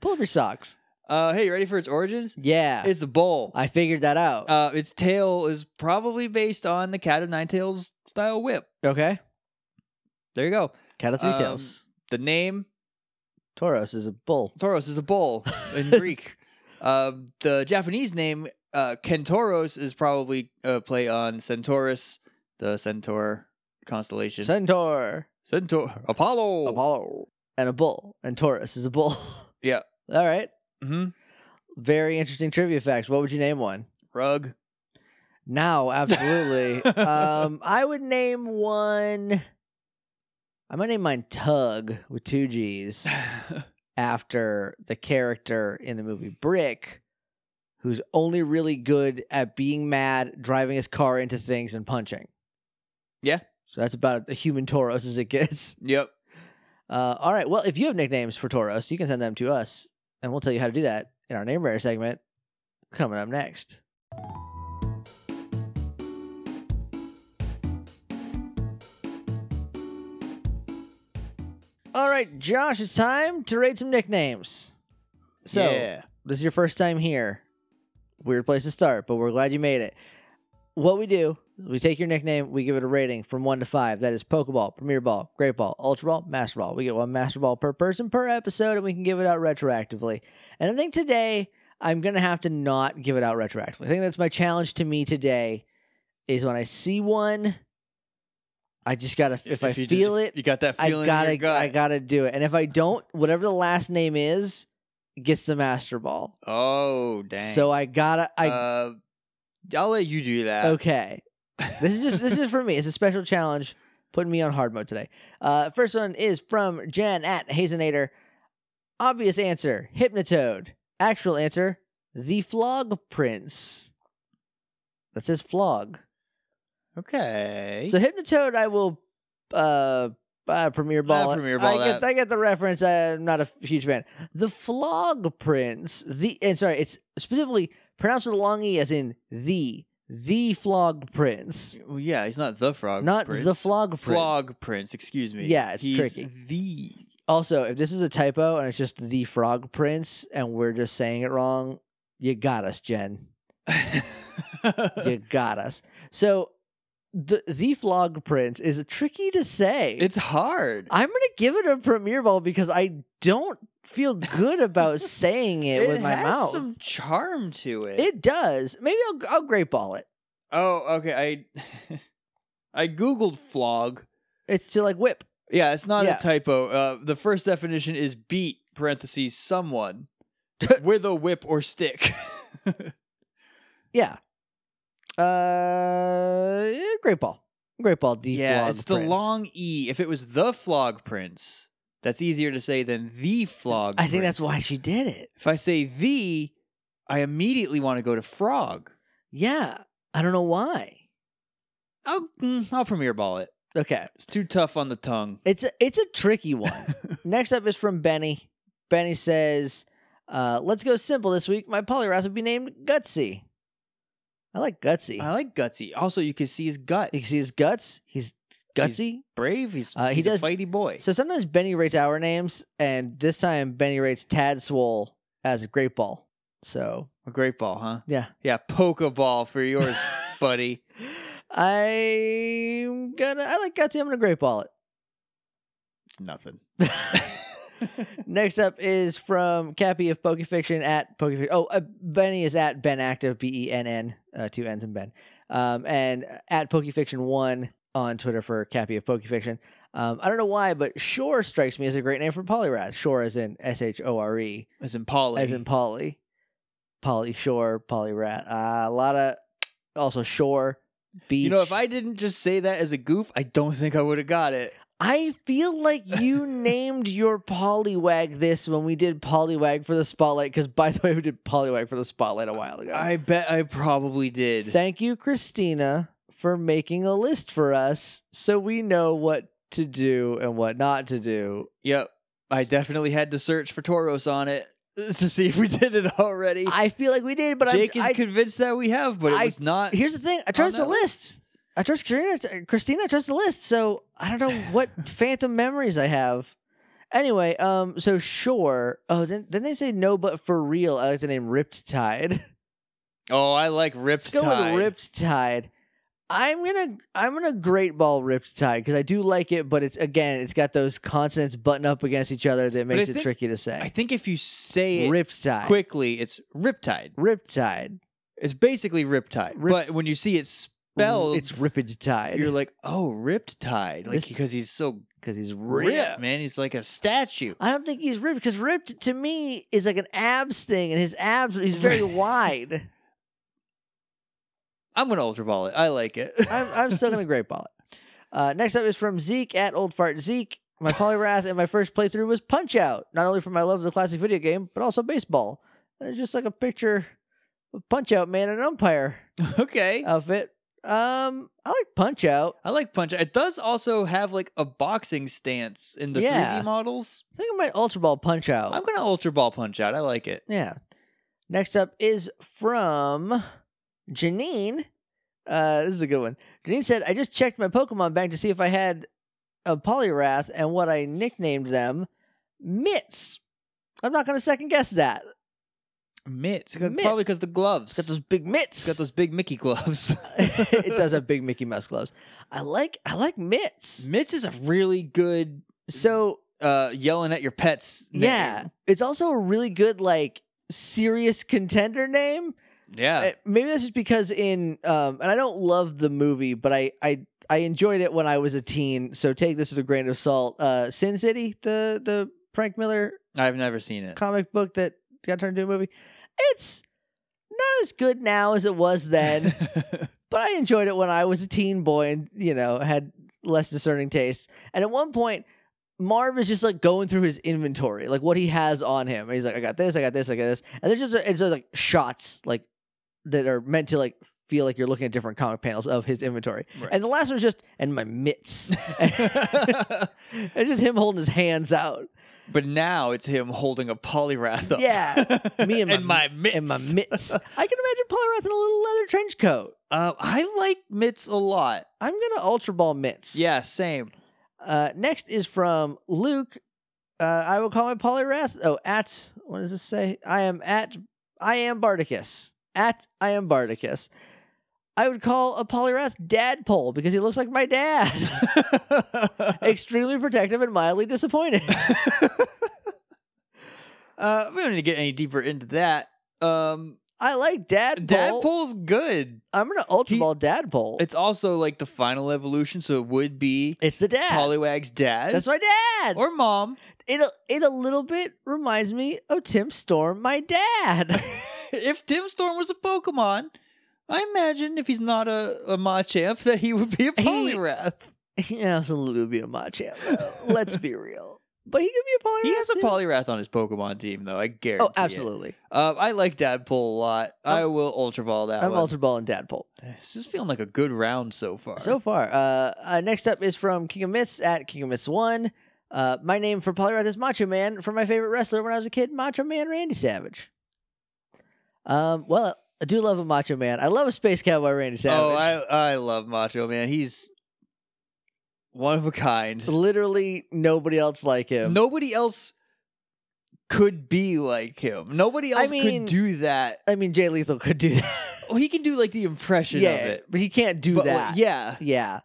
Speaker 1: Pull up your socks.
Speaker 2: uh, hey, you ready for its origins?
Speaker 1: Yeah.
Speaker 2: It's a bowl.
Speaker 1: I figured that out.
Speaker 2: Uh, its tail is probably based on the Cat of Nine Tails style whip.
Speaker 1: okay.
Speaker 2: There you go.
Speaker 1: Cat of three
Speaker 2: um,
Speaker 1: tails.
Speaker 2: The name
Speaker 1: Tauros is a bull.
Speaker 2: Tauros is a bull in Greek. Uh, the Japanese name uh, Kentoros is probably a play on Centaurus, the centaur constellation.
Speaker 1: Centaur.
Speaker 2: centaur Apollo.
Speaker 1: Apollo. And a bull. And Taurus is a bull.
Speaker 2: Yeah.
Speaker 1: All right.
Speaker 2: Mhm.
Speaker 1: Very interesting trivia facts. What would you name one?
Speaker 2: Rug.
Speaker 1: Now, absolutely. um, I would name one. I might name mine Tug with two G's. after the character in the movie Brick, who's only really good at being mad, driving his car into things, and punching.
Speaker 2: Yeah.
Speaker 1: So that's about as human Tauros as it gets.
Speaker 2: yep.
Speaker 1: Uh, all right. Well, if you have nicknames for Tauros, you can send them to us, and we'll tell you how to do that in our name rare segment coming up next. All right, Josh, it's time to rate some nicknames. So,
Speaker 2: yeah.
Speaker 1: this is your first time here. Weird place to start, but we're glad you made it. What we do, we take your nickname, we give it a rating from one to five. That is Pokeball, Premier Ball, Great Ball, Ultra Ball, Master Ball. We get one Master Ball per person per episode, and we can give it out retroactively. And I think today I'm gonna have to not give it out retroactively. I think that's my challenge to me today. Is when I see one, I just gotta if, I
Speaker 2: you
Speaker 1: feel
Speaker 2: just,
Speaker 1: it,
Speaker 2: you got that
Speaker 1: I
Speaker 2: feeling. in your
Speaker 1: gotta
Speaker 2: gut.
Speaker 1: I gotta do it. And if I don't, whatever the last name is, gets the master ball.
Speaker 2: Oh dang.
Speaker 1: So I gotta I
Speaker 2: uh, I'll let you do that.
Speaker 1: okay. This is just this is for me. It's a special challenge putting me on hard mode today. Uh first one is from Jen at Hazenator. Obvious answer, Hypnotoad. Actual answer, the Flog Prince. That says flog.
Speaker 2: Okay.
Speaker 1: So Hypnotoad, I will uh, uh premiere ball. it.
Speaker 2: premiere ball
Speaker 1: I get,
Speaker 2: that.
Speaker 1: I get the reference. I'm not a huge fan. The Flog Prince. The and sorry, it's specifically pronounced with a long e as in the the Flog Prince,
Speaker 2: well, yeah, he's not the frog.
Speaker 1: not
Speaker 2: prince.
Speaker 1: the Flog Prince.
Speaker 2: Flog prince. Excuse me.
Speaker 1: Yeah, it's
Speaker 2: he's
Speaker 1: tricky.
Speaker 2: The
Speaker 1: Also, if this is a typo and it's just the Frog Prince and we're just saying it wrong, you got us, Jen. You got us. So. The, the flog prince is tricky to say.
Speaker 2: it's hard.
Speaker 1: I'm gonna give it a premiere ball because I don't feel good about saying it, with my
Speaker 2: has
Speaker 1: mouth.
Speaker 2: some charm to it.
Speaker 1: It does. Maybe I'll I'll great ball it.
Speaker 2: Oh, okay. I I googled flog.
Speaker 1: It's to like whip.
Speaker 2: Yeah, it's not
Speaker 1: Yeah.
Speaker 2: a typo. Uh, the first definition is beat parentheses someone with a whip or stick.
Speaker 1: Yeah. Uh, yeah, great ball. Great ball. The
Speaker 2: yeah,
Speaker 1: flog
Speaker 2: it's the
Speaker 1: prince.
Speaker 2: long e. If it was the flog prince, that's easier to say than the flog.
Speaker 1: I think that's
Speaker 2: prince.
Speaker 1: why she did it.
Speaker 2: If I say the, I immediately want to go to frog.
Speaker 1: Yeah. I don't know why.
Speaker 2: I'll mm, I'll premiere ball it.
Speaker 1: Okay.
Speaker 2: It's too tough on the tongue.
Speaker 1: It's a, it's a tricky one. Next up is from Benny. Benny says, uh, "Let's go simple this week. My polyrath would be named Gutsy. I like Gutsy.
Speaker 2: I like gutsy. Also, you can see his guts.
Speaker 1: You can see his guts. He's gutsy.
Speaker 2: brave. He's,
Speaker 1: Uh, he
Speaker 2: he's
Speaker 1: does-
Speaker 2: a fighty boy.
Speaker 1: so sometimes Benny rates our names, and this time Benny rates Tad Swole as a great ball. So
Speaker 2: a great ball, huh?
Speaker 1: yeah,
Speaker 2: Yeah, poke a ball for yours, buddy.
Speaker 1: I'm gonna. I like gutsy. I'm gonna great ball it.
Speaker 2: It's nothing.
Speaker 1: Next up is from Cappy of Pokefiction at Pokefiction. Oh, uh, Benny is at Ben Active, B E N N, uh, two N's in Ben. Um, and at Pokefiction1 on Twitter for Cappy of Pokefiction. Um, I don't know why, but Shore strikes me as a great name for Polyrath. Shore as in S H O R E,
Speaker 2: As in Polly.
Speaker 1: as in Polly. Polly Shore, Polyrat. Uh, a lot of also Shore, Beach.
Speaker 2: You know, if I didn't just say that as a goof, I don't think I would have got it.
Speaker 1: I feel like you named your polywag this when we did polywag for the spotlight. Because by the way, we did polywag for the spotlight a while ago.
Speaker 2: I bet I probably did.
Speaker 1: Thank you, Christina, for making a list for us so we know what to do and what not to do.
Speaker 2: yep. I definitely had to search for Tauros on it to see if we did it already.
Speaker 1: I feel like we did, but
Speaker 2: Jake
Speaker 1: I'm,
Speaker 2: is
Speaker 1: I,
Speaker 2: convinced that we have, but it
Speaker 1: I-
Speaker 2: was not.
Speaker 1: here's the thing: I trust
Speaker 2: that
Speaker 1: the list. I trust Christina. Christina, I trust the list. So I don't know what phantom memories I have. Anyway, um, so sure. Oh, then then they say no, but for real, I like the name Ripped Tide.
Speaker 2: Oh, I like
Speaker 1: Let's
Speaker 2: ripped
Speaker 1: go
Speaker 2: tide.
Speaker 1: with Ripped Tide. I'm gonna I'm gonna great ball Ripped Tide because I do like it, but it's again it's got those consonants button up against each other that
Speaker 2: I
Speaker 1: makes it
Speaker 2: think-
Speaker 1: tricky to say.
Speaker 2: I think if you say it
Speaker 1: Ripped Tide.
Speaker 2: quickly, it's riptide.
Speaker 1: Ripped Tide.
Speaker 2: It's basically riptide.
Speaker 1: Rip-
Speaker 2: but when you see it spelled,
Speaker 1: It's rippage tide.
Speaker 2: you're like, oh, ripped tide. Like,
Speaker 1: This-
Speaker 2: because he's so
Speaker 1: because he's ripped,
Speaker 2: ripped, man. He's like a statue.
Speaker 1: I don't think he's ripped because ripped to me is like an abs thing, and his abs he's very wide.
Speaker 2: I'm gonna ultra ball it. I like it.
Speaker 1: I'm I'm still gonna great ball it. Uh, next up is from Zeke at Old Fart Zeke. My polyrath and my first playthrough was Punch Out, not only for my love of the classic video game, but also baseball. There's just like a picture of Punch Out Man in an umpire
Speaker 2: okay.
Speaker 1: outfit. Um, I like Punch Out.
Speaker 2: I like punch. It does also have like a boxing stance in the
Speaker 1: Yeah. Oh.
Speaker 2: 3D models.
Speaker 1: I think I might Ultra Ball Punch Out.
Speaker 2: I'm gonna ultra ball punch out. I like it.
Speaker 1: Yeah. Next up is from Janine. Uh, this is a good one. Janine said, I just checked my Pokemon bank to see if I had a Polyrath and what I nicknamed them Mitts. I'm not going to second guess that.
Speaker 2: Mitts,
Speaker 1: Mitts.
Speaker 2: probably because the gloves.
Speaker 1: It's got those big mitts.
Speaker 2: It's got those big Mickey gloves.
Speaker 1: it does have big Mickey Mouse gloves. I like I like mitts.
Speaker 2: Mitts is a really good
Speaker 1: So
Speaker 2: uh, yelling at your pets. name.
Speaker 1: yeah, it's also a really good like serious contender name.
Speaker 2: Yeah.
Speaker 1: Uh, maybe that's just because in um and I don't love the movie, but I I I enjoyed it when I was a teen, so take this with a grain of salt. Uh Sin City, the the Frank Miller
Speaker 2: I've never seen it.
Speaker 1: comic book that got turned into a movie. It's not as good now as it was then, but I enjoyed it when I was a teen boy and, you know, had less discerning tastes. And at one point, Marv is just like going through his inventory, like what he has on him. And he's like, I got this, I got this, I got this. And there's just, it's just like shots, like that are meant to like feel like you're looking at different comic panels of his inventory.
Speaker 2: Right.
Speaker 1: And the last one's just, and my mitts. it's just him holding his hands out.
Speaker 2: but now it's him holding a polyrath up.
Speaker 1: Yeah. Me and my-
Speaker 2: mitts.
Speaker 1: and my mitts. I can imagine Paul Rudd in a little leather trench coat.
Speaker 2: Uh, I like mitts a lot.
Speaker 1: I'm gonna ultra ball mitts.
Speaker 2: Yeah, same.
Speaker 1: Uh, next is from Luke. Uh, I will call my polyrath. Oh, at what does this say? I am at I am Bardicus. At I am Bardicus. I would call a polyrath dad pole because he looks like my
Speaker 2: Uh,
Speaker 1: dad. Extremely protective and mildly disappointed.
Speaker 2: Uh, we don't need to get any deeper into that. Um,
Speaker 1: I like dad pole.
Speaker 2: Dadpool's good.
Speaker 1: I'm gonna ultra
Speaker 2: He-
Speaker 1: ball dad pole. It's,
Speaker 2: It's also like the final evolution, so it would be
Speaker 1: the dad.
Speaker 2: Poliwag's dad
Speaker 1: That's my dad.
Speaker 2: or mom.
Speaker 1: it a, it a little bit reminds me of Tim Storm, my dad.
Speaker 2: if Tim Storm was a Pokemon, I imagine if he's not a, a Machamp that he would be a
Speaker 1: He-
Speaker 2: Poliwrath.
Speaker 1: he absolutely would be a Machamp. though. Let's be real, but he could be a Poliwrath.
Speaker 2: He, has a
Speaker 1: too.
Speaker 2: Poliwrath on his Pokemon team, though. I guarantee.
Speaker 1: Oh,
Speaker 2: it.
Speaker 1: absolutely. Oh.
Speaker 2: Um, I like Dadpool a lot. I will Ultra Ball that
Speaker 1: I'm
Speaker 2: one.
Speaker 1: Ultra Ball and Dadpole.
Speaker 2: It's just feeling like a good round so far.
Speaker 1: So far, uh, uh, next up is from King of Myths at King of Myths One. Uh, my name for Polyrath is Macho Man from my favorite wrestler when I was a kid, Macho Man Randy Savage. Um, well, I do love a Macho Man. I love a Space Cowboy Randy Savage.
Speaker 2: oh, I I love Macho Man. He's one of a kind.
Speaker 1: literally nobody else like him.
Speaker 2: Nobody else could be like him. Nobody
Speaker 1: I
Speaker 2: else
Speaker 1: mean-
Speaker 2: could do that.
Speaker 1: I mean, Jay Lethal could do that.
Speaker 2: Oh, he can do like the impression of it.
Speaker 1: But he can't do
Speaker 2: But, like,
Speaker 1: that.
Speaker 2: yeah.
Speaker 1: Yeah.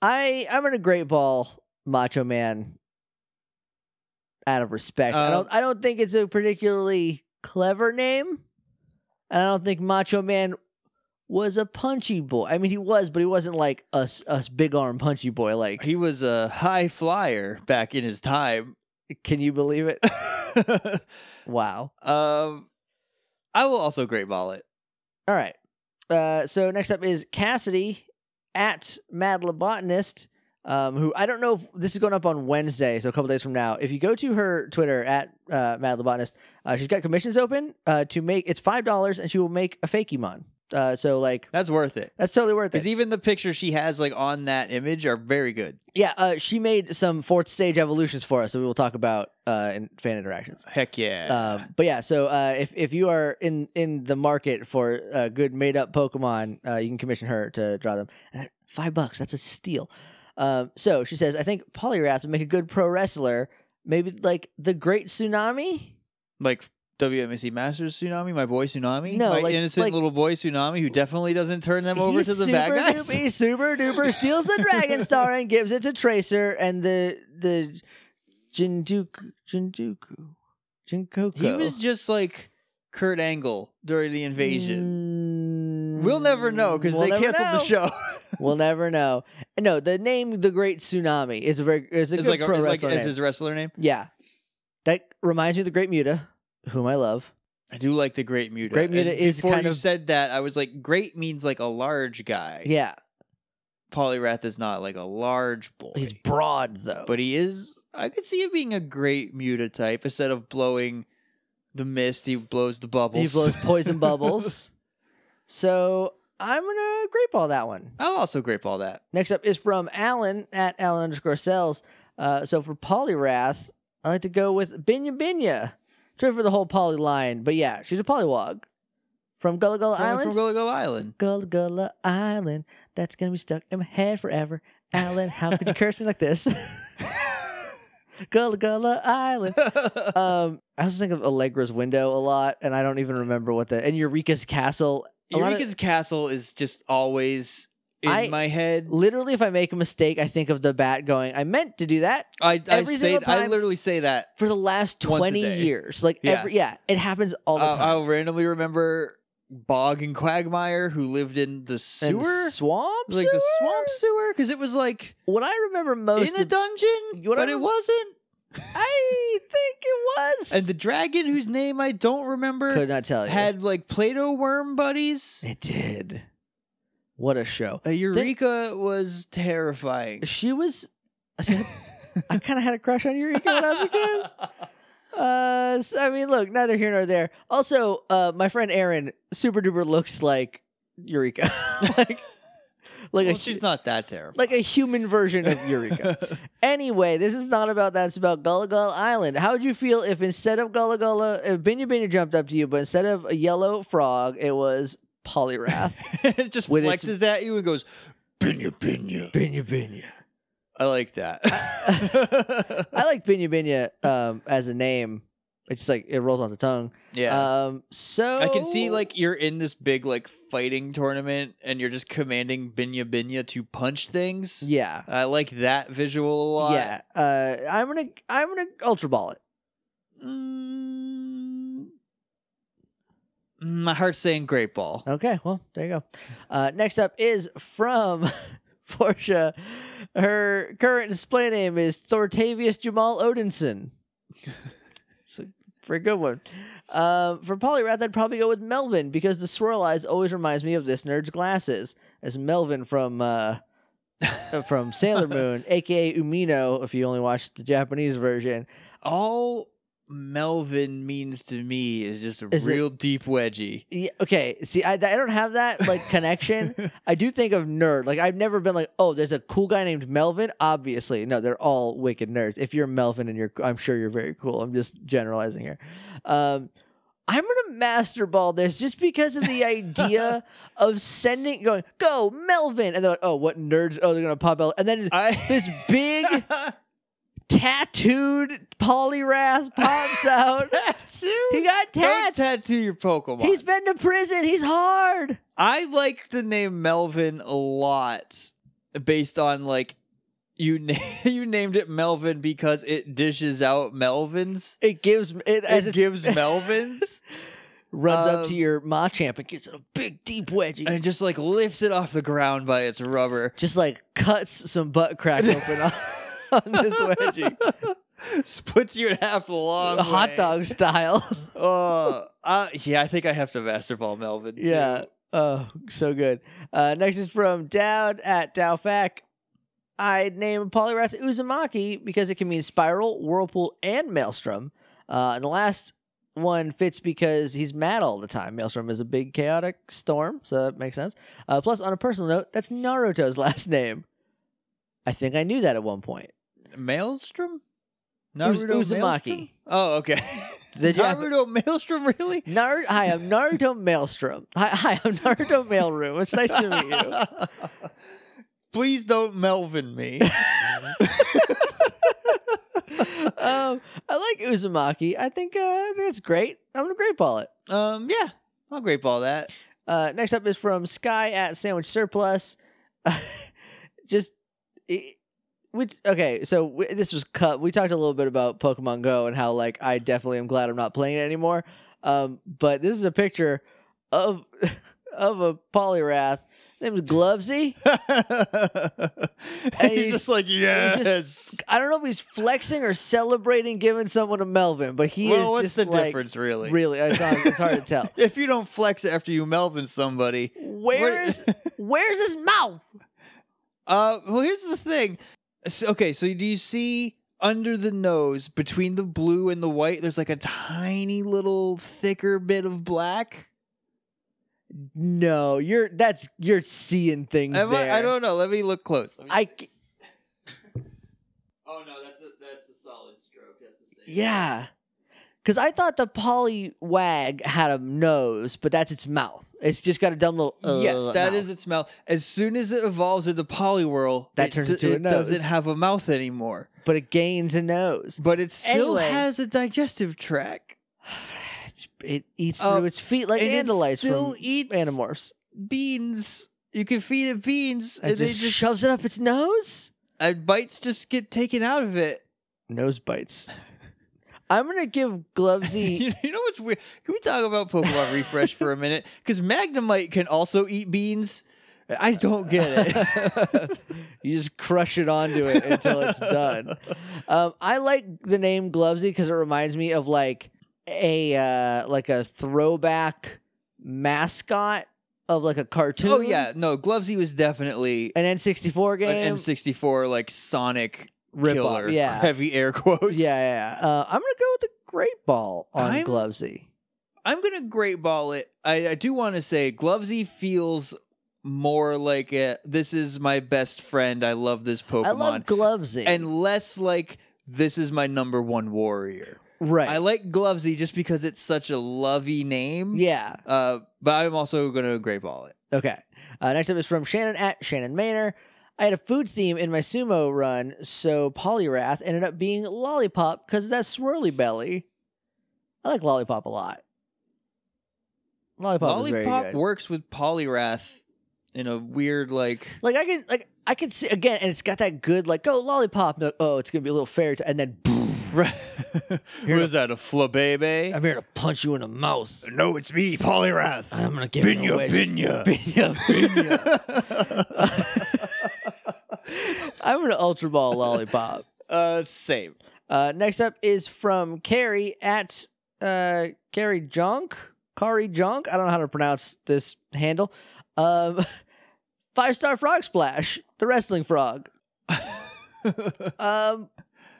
Speaker 1: I I'm gonna great ball Macho Man out of respect. I
Speaker 2: Um,
Speaker 1: don't I don't think it's a particularly clever name. And I don't think Macho Man was a punchy boy. I mean he was, but he wasn't like a, s- a s- big arm punchy boy. Like
Speaker 2: He was a high flyer back in his time.
Speaker 1: can you believe it? Wow.
Speaker 2: um I will also great ball it.
Speaker 1: All right. Uh, so next up is Cassidy at Mad Lobotanist, um, who I don't know if this is going up on Wednesday, so a couple days from now. If you go to her Twitter at uh, Mad Lobotanist, uh, she's got commissions open uh, to make it's five dollars, and she will make a fakemon. Uh, so like
Speaker 2: That's worth it.
Speaker 1: that's totally worth it.
Speaker 2: Because even the pictures she has like on that image are very good.
Speaker 1: yeah, uh, she made some fourth stage evolutions for us, so we will talk about uh, in fan interactions.
Speaker 2: Heck yeah.
Speaker 1: Um, but yeah, so uh, if if you are in in the market for uh, good made up Pokemon, uh, you can commission her to draw them. And Five bucks, that's a steal. Um, so she says, I think Polyrath would make a good pro wrestler. Maybe like the Great Tsunami.
Speaker 2: like WMSC Masters Tsunami, my boy Tsunami,
Speaker 1: No,
Speaker 2: my
Speaker 1: like-
Speaker 2: innocent
Speaker 1: like-
Speaker 2: little boy Tsunami, who definitely doesn't turn them over
Speaker 1: He
Speaker 2: to the
Speaker 1: super
Speaker 2: bad guys.
Speaker 1: duper, he super duper steals the Dragon Star and gives it to Tracer and the the Jinduku Jinduku Jinkoku. Hmm,
Speaker 2: He was just like Kurt Angle during the invasion.
Speaker 1: Mm,
Speaker 2: We'll never know because
Speaker 1: we'll
Speaker 2: they
Speaker 1: never
Speaker 2: canceled
Speaker 1: know.
Speaker 2: the show.
Speaker 1: We'll never know. No, the name "The Great Tsunami" is a very is a
Speaker 2: it's
Speaker 1: good
Speaker 2: like, a,
Speaker 1: pro
Speaker 2: it's like
Speaker 1: wrestler
Speaker 2: as
Speaker 1: name.
Speaker 2: his wrestler name.
Speaker 1: yeah, that reminds me of the Great Muta, whom I love.
Speaker 2: I do like the Great Muta.
Speaker 1: Great Muta
Speaker 2: And
Speaker 1: is
Speaker 2: before
Speaker 1: kind
Speaker 2: you
Speaker 1: of-
Speaker 2: said that, I was like, Great means like a large guy.
Speaker 1: Yeah,
Speaker 2: Polyrath is not like a large boy.
Speaker 1: he's broad though.
Speaker 2: but he is. I could see him being a Great Muta type instead of blowing the mist. He blows the
Speaker 1: he
Speaker 2: bubbles.
Speaker 1: blows poison bubbles. So I'm gonna grape all that one.
Speaker 2: I'll also grape all that.
Speaker 1: Next up is from Alan at Alan underscore cells. Uh, so for Polyrath, I like to go with Binya Binya. True for the whole poly line, but yeah, she's a polywog from Gullah Gullah
Speaker 2: From-
Speaker 1: Island.
Speaker 2: From Gullah Gullah Island.
Speaker 1: Gullah Gullah Island. That's gonna be stuck in my head forever. Alan, how could you curse me like this? Gullah Gullah Island. Um, I also think of Allegra's window a lot, and I don't even remember what the and Eureka's castle. A lot of-
Speaker 2: Eureka's Castle is just always in
Speaker 1: I-
Speaker 2: my head.
Speaker 1: literally, if I make a mistake, I think of the bat going. I meant to do that
Speaker 2: I, I
Speaker 1: every
Speaker 2: say
Speaker 1: single
Speaker 2: I
Speaker 1: time-
Speaker 2: literally say that.
Speaker 1: for the last
Speaker 2: Once a
Speaker 1: twenty
Speaker 2: day.
Speaker 1: years. Like
Speaker 2: Yeah.
Speaker 1: every yeah, it happens all the
Speaker 2: Uh,
Speaker 1: time.
Speaker 2: I'll randomly remember bog and quagmire who lived in the sewer,
Speaker 1: And swamp,
Speaker 2: like the swamp sewer, because it was like
Speaker 1: What I remember most,
Speaker 2: in the
Speaker 1: of-
Speaker 2: dungeon,
Speaker 1: What I
Speaker 2: but it
Speaker 1: rem-
Speaker 2: wasn't.
Speaker 1: I think it was,
Speaker 2: And the dragon, whose name I don't remember,
Speaker 1: could not tell you.
Speaker 2: had like Play-Doh worm buddies.
Speaker 1: it did. What a show!
Speaker 2: Uh, Eureka was terrifying.
Speaker 1: She was. I kind of had a crush on Eureka when I was a kid. Uh, so, I mean, look, neither here nor there. Also, uh, my friend Aaron, super duper looks like Eureka, like, like
Speaker 2: well,
Speaker 1: a
Speaker 2: she's not that terrible.
Speaker 1: like a human version of Eureka. anyway, this is not about that. It's about Gullah Gullah Island. How would you feel if instead of Gullah Gullah, if Binya Binya jumped up to you, but instead of a yellow frog, it was Polyrath?
Speaker 2: it just
Speaker 1: With its-
Speaker 2: flexes at you and goes, Binya Binya.
Speaker 1: Binya Binya.
Speaker 2: I like that.
Speaker 1: I like Binya Binya um, as a name. It's just like it rolls off the tongue.
Speaker 2: yeah.
Speaker 1: Um, so
Speaker 2: I can see like you're in this big like fighting tournament and you're just commanding Binya Binya to punch things.
Speaker 1: yeah.
Speaker 2: I like that visual a lot.
Speaker 1: Yeah, uh, I'm gonna I'm gonna ultra ball it.
Speaker 2: Mm. My heart's saying great ball.
Speaker 1: Okay, well there you go. Uh, next up is from Portia. Her current display name is Thortavius Jamal Odinson. it's a pretty good one. Um, for Polyrath, I'd probably go with Melvin because the swirl eyes always reminds me of this nerd's glasses. As Melvin from uh, uh, from Sailor Moon, aka Umino, if you only watched the Japanese version.
Speaker 2: All Melvin means to me is just a
Speaker 1: Is it-
Speaker 2: real deep wedgie.
Speaker 1: Yeah, okay. See, I, I don't have that like connection. I do think of nerd. Like I've never been like, oh, there's a cool guy named Melvin. Obviously, no, they're all wicked nerds. If you're Melvin and you're, I'm sure you're very cool. I'm just generalizing here. Um, I'm gonna master ball this just because of the idea of sending, going, go Melvin, and they're like, oh, what nerds? Oh, they're gonna pop out, and then
Speaker 2: I
Speaker 1: this big tattooed polyrath pops out. He got
Speaker 2: Don't
Speaker 1: tats.
Speaker 2: tattoo your Pokemon.
Speaker 1: He's been to prison. He's hard.
Speaker 2: I like the name Melvin a lot based on like you na- you named it Melvin because it dishes out Melvins.
Speaker 1: It gives it as
Speaker 2: It
Speaker 1: it
Speaker 2: gives Melvins
Speaker 1: runs up
Speaker 2: um,
Speaker 1: to your Machamp and gives it a big deep wedgie,
Speaker 2: and just like lifts it off the ground by its rubber.
Speaker 1: just like cuts some butt crack open on, on this wedgie,
Speaker 2: Splits you in half a long
Speaker 1: hot
Speaker 2: way.
Speaker 1: dog style.
Speaker 2: Oh, uh, yeah, I think I have to masterball Melvin. too.
Speaker 1: yeah. Oh, so good. Uh, next is from Dowd at Dowfac. I'd name a Polyrath Uzumaki because it can mean spiral, whirlpool, and maelstrom. Uh, and the last one fits because he's mad all the time. Maelstrom is a big chaotic storm, so that makes sense. Uh, plus, on a personal note, that's Naruto's last name. I think I knew that at one point.
Speaker 2: Maelstrom?
Speaker 1: Uz- Uzumaki.
Speaker 2: Maelstrom? Oh, okay.
Speaker 1: The Jap-
Speaker 2: Naruto Maelstrom, really?
Speaker 1: Nar- hi, I'm Naruto Maelstrom. Hi, hi, I'm Naruto Mailroom. It's nice to meet you.
Speaker 2: Please don't Melvin me.
Speaker 1: um, I like Uzumaki. I think uh, I think it's great. I'm gonna great ball it.
Speaker 2: um, yeah, I'll grape all that.
Speaker 1: Uh, next up is from Sky at Sandwich Surplus. Just it, which okay, so w- this was cut. We talked a little bit about Pokemon Go and how like I definitely am glad I'm not playing it anymore. Um, but this is a picture of of a Polyrath. His name is Glovesy.
Speaker 2: And
Speaker 1: he's-
Speaker 2: he's just like, yes.
Speaker 1: I don't know if he's flexing or celebrating giving someone a Melvin, but he
Speaker 2: well,
Speaker 1: is
Speaker 2: what's
Speaker 1: just,
Speaker 2: the
Speaker 1: like,
Speaker 2: difference, really?
Speaker 1: Really, it's hard, it's hard to tell.
Speaker 2: If you don't flex after you Melvin somebody,
Speaker 1: Where is where's his mouth?
Speaker 2: Uh, well, here's the thing. So, okay, so do you see under the nose between the blue and the white? There's like a tiny little thicker bit of black.
Speaker 1: No, you're that's you're seeing things
Speaker 2: Am
Speaker 1: there.
Speaker 2: I, I don't know. Let me look close. Let me-
Speaker 1: I c-
Speaker 2: oh no, that's a that's a solid stroke. That's the same.
Speaker 1: yeah, because I thought the poly wag had a nose, but that's its mouth. It's just got a dumb little. Uh,
Speaker 2: yes, that is
Speaker 1: mouth.
Speaker 2: its mouth. As soon as it evolves into Poliwhirl,
Speaker 1: That
Speaker 2: it
Speaker 1: turns
Speaker 2: do-
Speaker 1: into a
Speaker 2: it doesn't
Speaker 1: nose.
Speaker 2: have a mouth anymore.
Speaker 1: But it gains a nose.
Speaker 2: But it still
Speaker 1: Anyway.
Speaker 2: has a digestive tract.
Speaker 1: It's- It eats
Speaker 2: Uh,
Speaker 1: through its feet like
Speaker 2: and it
Speaker 1: Andalites
Speaker 2: still
Speaker 1: from
Speaker 2: eats
Speaker 1: Animorphs.
Speaker 2: Beans. You can feed it beans,
Speaker 1: It
Speaker 2: and they
Speaker 1: just,
Speaker 2: just
Speaker 1: shoves it up its nose.
Speaker 2: and bites just get taken out of it.
Speaker 1: Nose bites. I'm gonna give Glovesy.
Speaker 2: You, you know what's weird? Can we talk about Pokemon Refresh for a minute? Because Magnemite can also eat beans. I don't get it.
Speaker 1: you just crush it onto it until it's done. Um, I like the name Glovesy because it reminds me of like a uh, like a throwback mascot of like a cartoon.
Speaker 2: oh yeah, no, Glovesy was definitely
Speaker 1: an N64 game.
Speaker 2: an N64 like Sonic
Speaker 1: Rip off,
Speaker 2: killer.
Speaker 1: yeah.
Speaker 2: Heavy air quotes.
Speaker 1: yeah, yeah, yeah. Uh, I'm gonna go with the Great Ball on
Speaker 2: I'm-
Speaker 1: Glovesy.
Speaker 2: I'm gonna great ball it. I, I do want to say Glovesy feels more like a, this is my best friend. I love this Pokemon,
Speaker 1: I love Glovesy.
Speaker 2: and less like this is my number one warrior.
Speaker 1: right,
Speaker 2: I like Glovesy just because it's such a lovey name.
Speaker 1: yeah.
Speaker 2: Uh, but I'm also gonna great ball it.
Speaker 1: Okay. Uh, next up is from Shannon at Shannon Manor. I had a food theme in my sumo run, so Polyrath ended up being Lollipop because of that swirly belly. I like Lollipop a lot. Lollipop, is very
Speaker 2: Lollipop
Speaker 1: good.
Speaker 2: works with Polyrath in a weird like.
Speaker 1: Like I can, like I can see again, and it's got that good, like oh Lollipop, no- oh it's gonna be a little fairy tale, and then
Speaker 2: what is that? A flabebe?
Speaker 1: I'm here to punch you in the mouth.
Speaker 2: no, it's me, Polyrath.
Speaker 1: I'm gonna give you a wedge. Pinya, pinya. I'm gonna ultra ball Lollipop.
Speaker 2: uh, same.
Speaker 1: Uh, next up is from Carrie at uh, Carrie Junk. Kari Junk. I don't know how to pronounce this handle. Um, five star frog splash, the wrestling frog. Um,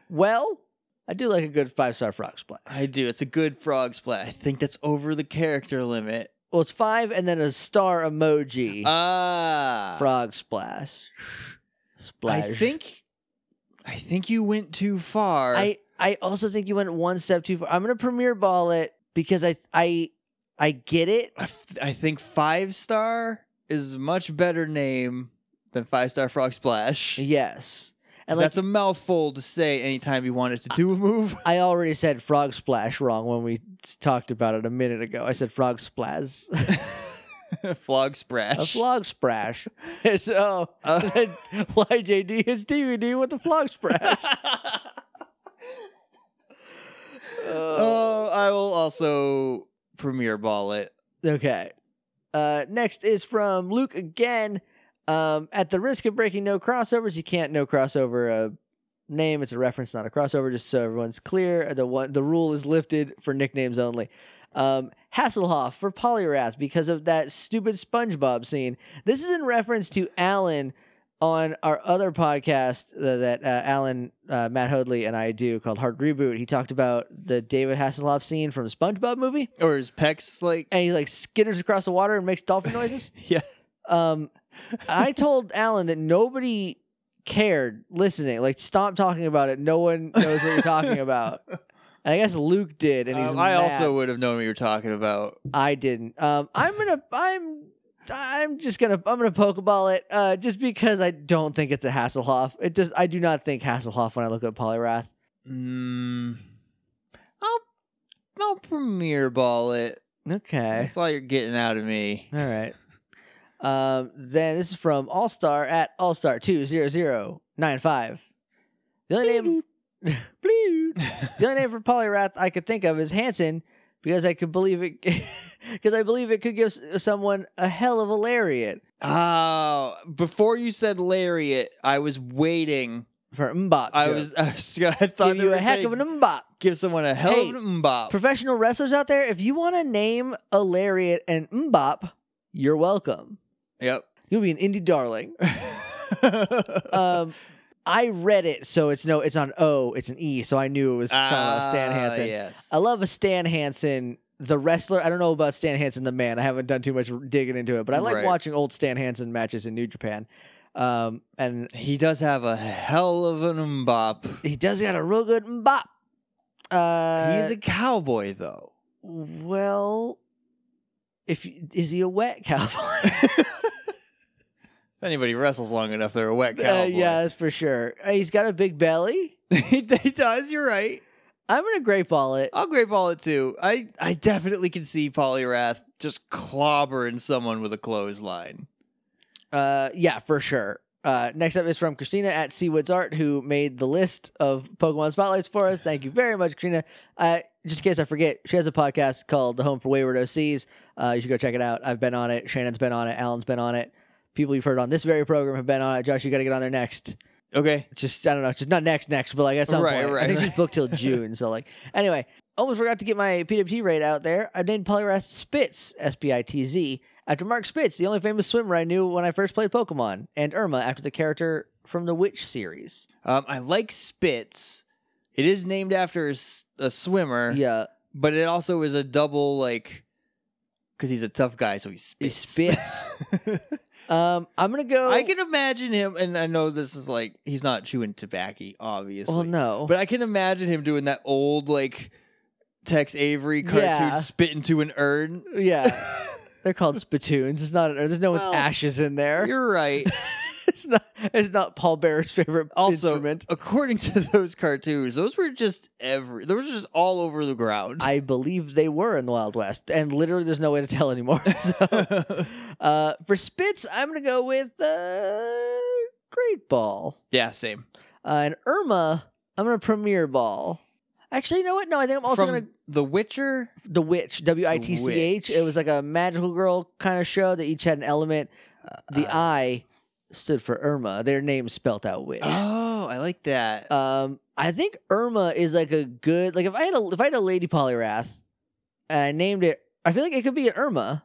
Speaker 1: well, I do like a good five star frog splash.
Speaker 2: I do. It's a good frog splat. I think that's over the character limit.
Speaker 1: Well, it's five and then a star emoji.
Speaker 2: Uh, Ah,
Speaker 1: frog splash. Splash.
Speaker 2: I think, I think you went too far.
Speaker 1: I I also think you went one step too far. I'm gonna premiere ball it because I I I get it.
Speaker 2: I, f- I think five star is a much better name than five star frog splash.
Speaker 1: Yes, and
Speaker 2: 'Cause
Speaker 1: like
Speaker 2: that's a mouthful to say anytime you wanted to do a move.
Speaker 1: I already said frog splash wrong when we s- talked about it a minute ago. I said frog splash,
Speaker 2: Flog
Speaker 1: a
Speaker 2: splash.
Speaker 1: flog splash. so
Speaker 2: Uh.
Speaker 1: YJD is DVD with the flog splash.
Speaker 2: oh, I will also premiere ball it.
Speaker 1: Okay. Uh, next is from Luke again. Um, at the risk of breaking no crossovers, you can't no crossover a name. It's a reference, not a crossover. Just so everyone's clear, the one the rule is lifted for nicknames only. Um, Hasselhoff for Polyrath because of that stupid SpongeBob scene. This is in reference to Alan on our other podcast uh, that uh, Alan, uh, Matt Hoadley, and I do called Hard Reboot. He talked about the David Hasselhoff scene from SpongeBob movie
Speaker 2: Or is Pex like?
Speaker 1: and he like skitters across the water and makes dolphin noises.
Speaker 2: Yeah.
Speaker 1: Um, I told Alan that nobody cared listening. Like, stop talking about it. No one knows what you're talking about. And I guess Luke did, and he's.
Speaker 2: Um, I
Speaker 1: mad.
Speaker 2: also would have known what you were talking about.
Speaker 1: I didn't. Um, I'm gonna. I'm. I'm just gonna. I'm gonna pokeball it. Uh, just because I don't think it's a Hasselhoff. It just. I do not think Hasselhoff when I look at Polyrath.
Speaker 2: Mm, I'll I'll premiere ball it.
Speaker 1: Okay.
Speaker 2: That's all you're getting out of me.
Speaker 1: All right. Um, then this is from All Star at All Star two zero zero nine five. The only name, the only name for Polyrath I could think of is Hanson because I could believe it, because I believe it could give s- someone a hell of a lariat
Speaker 2: oh, before you said lariat, I was waiting.
Speaker 1: for Mbop.
Speaker 2: I
Speaker 1: joke.
Speaker 2: was I, was, I thought
Speaker 1: give
Speaker 2: they
Speaker 1: you
Speaker 2: were
Speaker 1: a heck of
Speaker 2: saying,
Speaker 1: an Mbop.
Speaker 2: give someone a hell
Speaker 1: Hey,
Speaker 2: of an mbop.
Speaker 1: Professional wrestlers out there, if you want to name a lariat and Mbop, you're welcome.
Speaker 2: yep.
Speaker 1: You'll be an indie darling. um, I read it, so it's no, it's on O, it's an E, so I knew it was talking about uh, Stan
Speaker 2: Ah,
Speaker 1: Hansen. Uh,
Speaker 2: Yes.
Speaker 1: I love a Stan Hansen, the wrestler. I don't know about Stan Hansen, the man. I haven't done too much digging into it, but I like
Speaker 2: Right.
Speaker 1: watching old Stan Hansen matches in New Japan. Um, and
Speaker 2: He does have a hell of an mbop.
Speaker 1: he does got a real good mbop. Uh,
Speaker 2: He's a cowboy though.
Speaker 1: well. If you- is he a wet cowboy?
Speaker 2: If anybody wrestles long enough, they're a wet cowboy.
Speaker 1: Uh, yeah, that's for sure. Uh, he's got a big belly.
Speaker 2: he he does. You're right.
Speaker 1: I'm gonna great ball it.
Speaker 2: I'll great ball it too. I, I definitely can see Polyrath just clobbering someone with a clothesline.
Speaker 1: Uh, yeah, for sure. Uh, next up is from Christina at Seawoods Art, who made the list of Pokemon spotlights for us. Thank you very much, Christina. Uh, just in case I forget, she has a podcast called The Home for Wayward OCs. Uh, you should go check it out. I've been on it. Shannon's been on it. Alan's been on it. People you've heard on this very program have been on it. Josh, you got to get on there next.
Speaker 2: Okay.
Speaker 1: Just I don't know. Just not next, next, but like at some
Speaker 2: Right,
Speaker 1: point. I
Speaker 2: right,
Speaker 1: think she's
Speaker 2: right.
Speaker 1: booked till June. So like anyway, almost forgot to get my PWT rate out there. I named Polyrath Spitz S P I T Z after Mark Spitz, the only famous swimmer I knew when I first played Pokemon, and Irma after the character from the Witch series.
Speaker 2: Um, I like Spitz. It is named after a, s- a swimmer,
Speaker 1: Yeah,
Speaker 2: but it also is a double like because he's a tough guy, so he
Speaker 1: he
Speaker 2: spits.
Speaker 1: Spitz. um, I'm gonna go.
Speaker 2: I can imagine him, and I know this is like he's not chewing tobacco, obviously.
Speaker 1: Well, no,
Speaker 2: But I can imagine him doing that old like Tex Avery cartoon
Speaker 1: Yeah.
Speaker 2: spit into an urn.
Speaker 1: yeah, they're called spittoons. It's not. There's no
Speaker 2: Well,
Speaker 1: one's ashes in there.
Speaker 2: You're right.
Speaker 1: It's not. It's not Paul Bearer's favorite
Speaker 2: Also,
Speaker 1: instrument.
Speaker 2: according to those cartoons, those were just every those were just all over the ground.
Speaker 1: I believe they were in the Wild West, and literally there's no way to tell anymore. So, uh, for Spitz, I'm gonna go with uh, Great Ball,
Speaker 2: yeah, same.
Speaker 1: uh, and Irma, I'm gonna Premier Ball. Actually, you know what? No, I think I'm also
Speaker 2: From
Speaker 1: gonna
Speaker 2: The Witcher.
Speaker 1: the Witch, W I T C H. It was like a magical girl kind of show. They each had an element. The
Speaker 2: uh,
Speaker 1: I stood for Irma. Their name spelt out witch.
Speaker 2: Oh, I like that.
Speaker 1: Um, I think Irma is like a good like if I had a if I had a lady polyrath and I named it, I feel like it could be an Irma.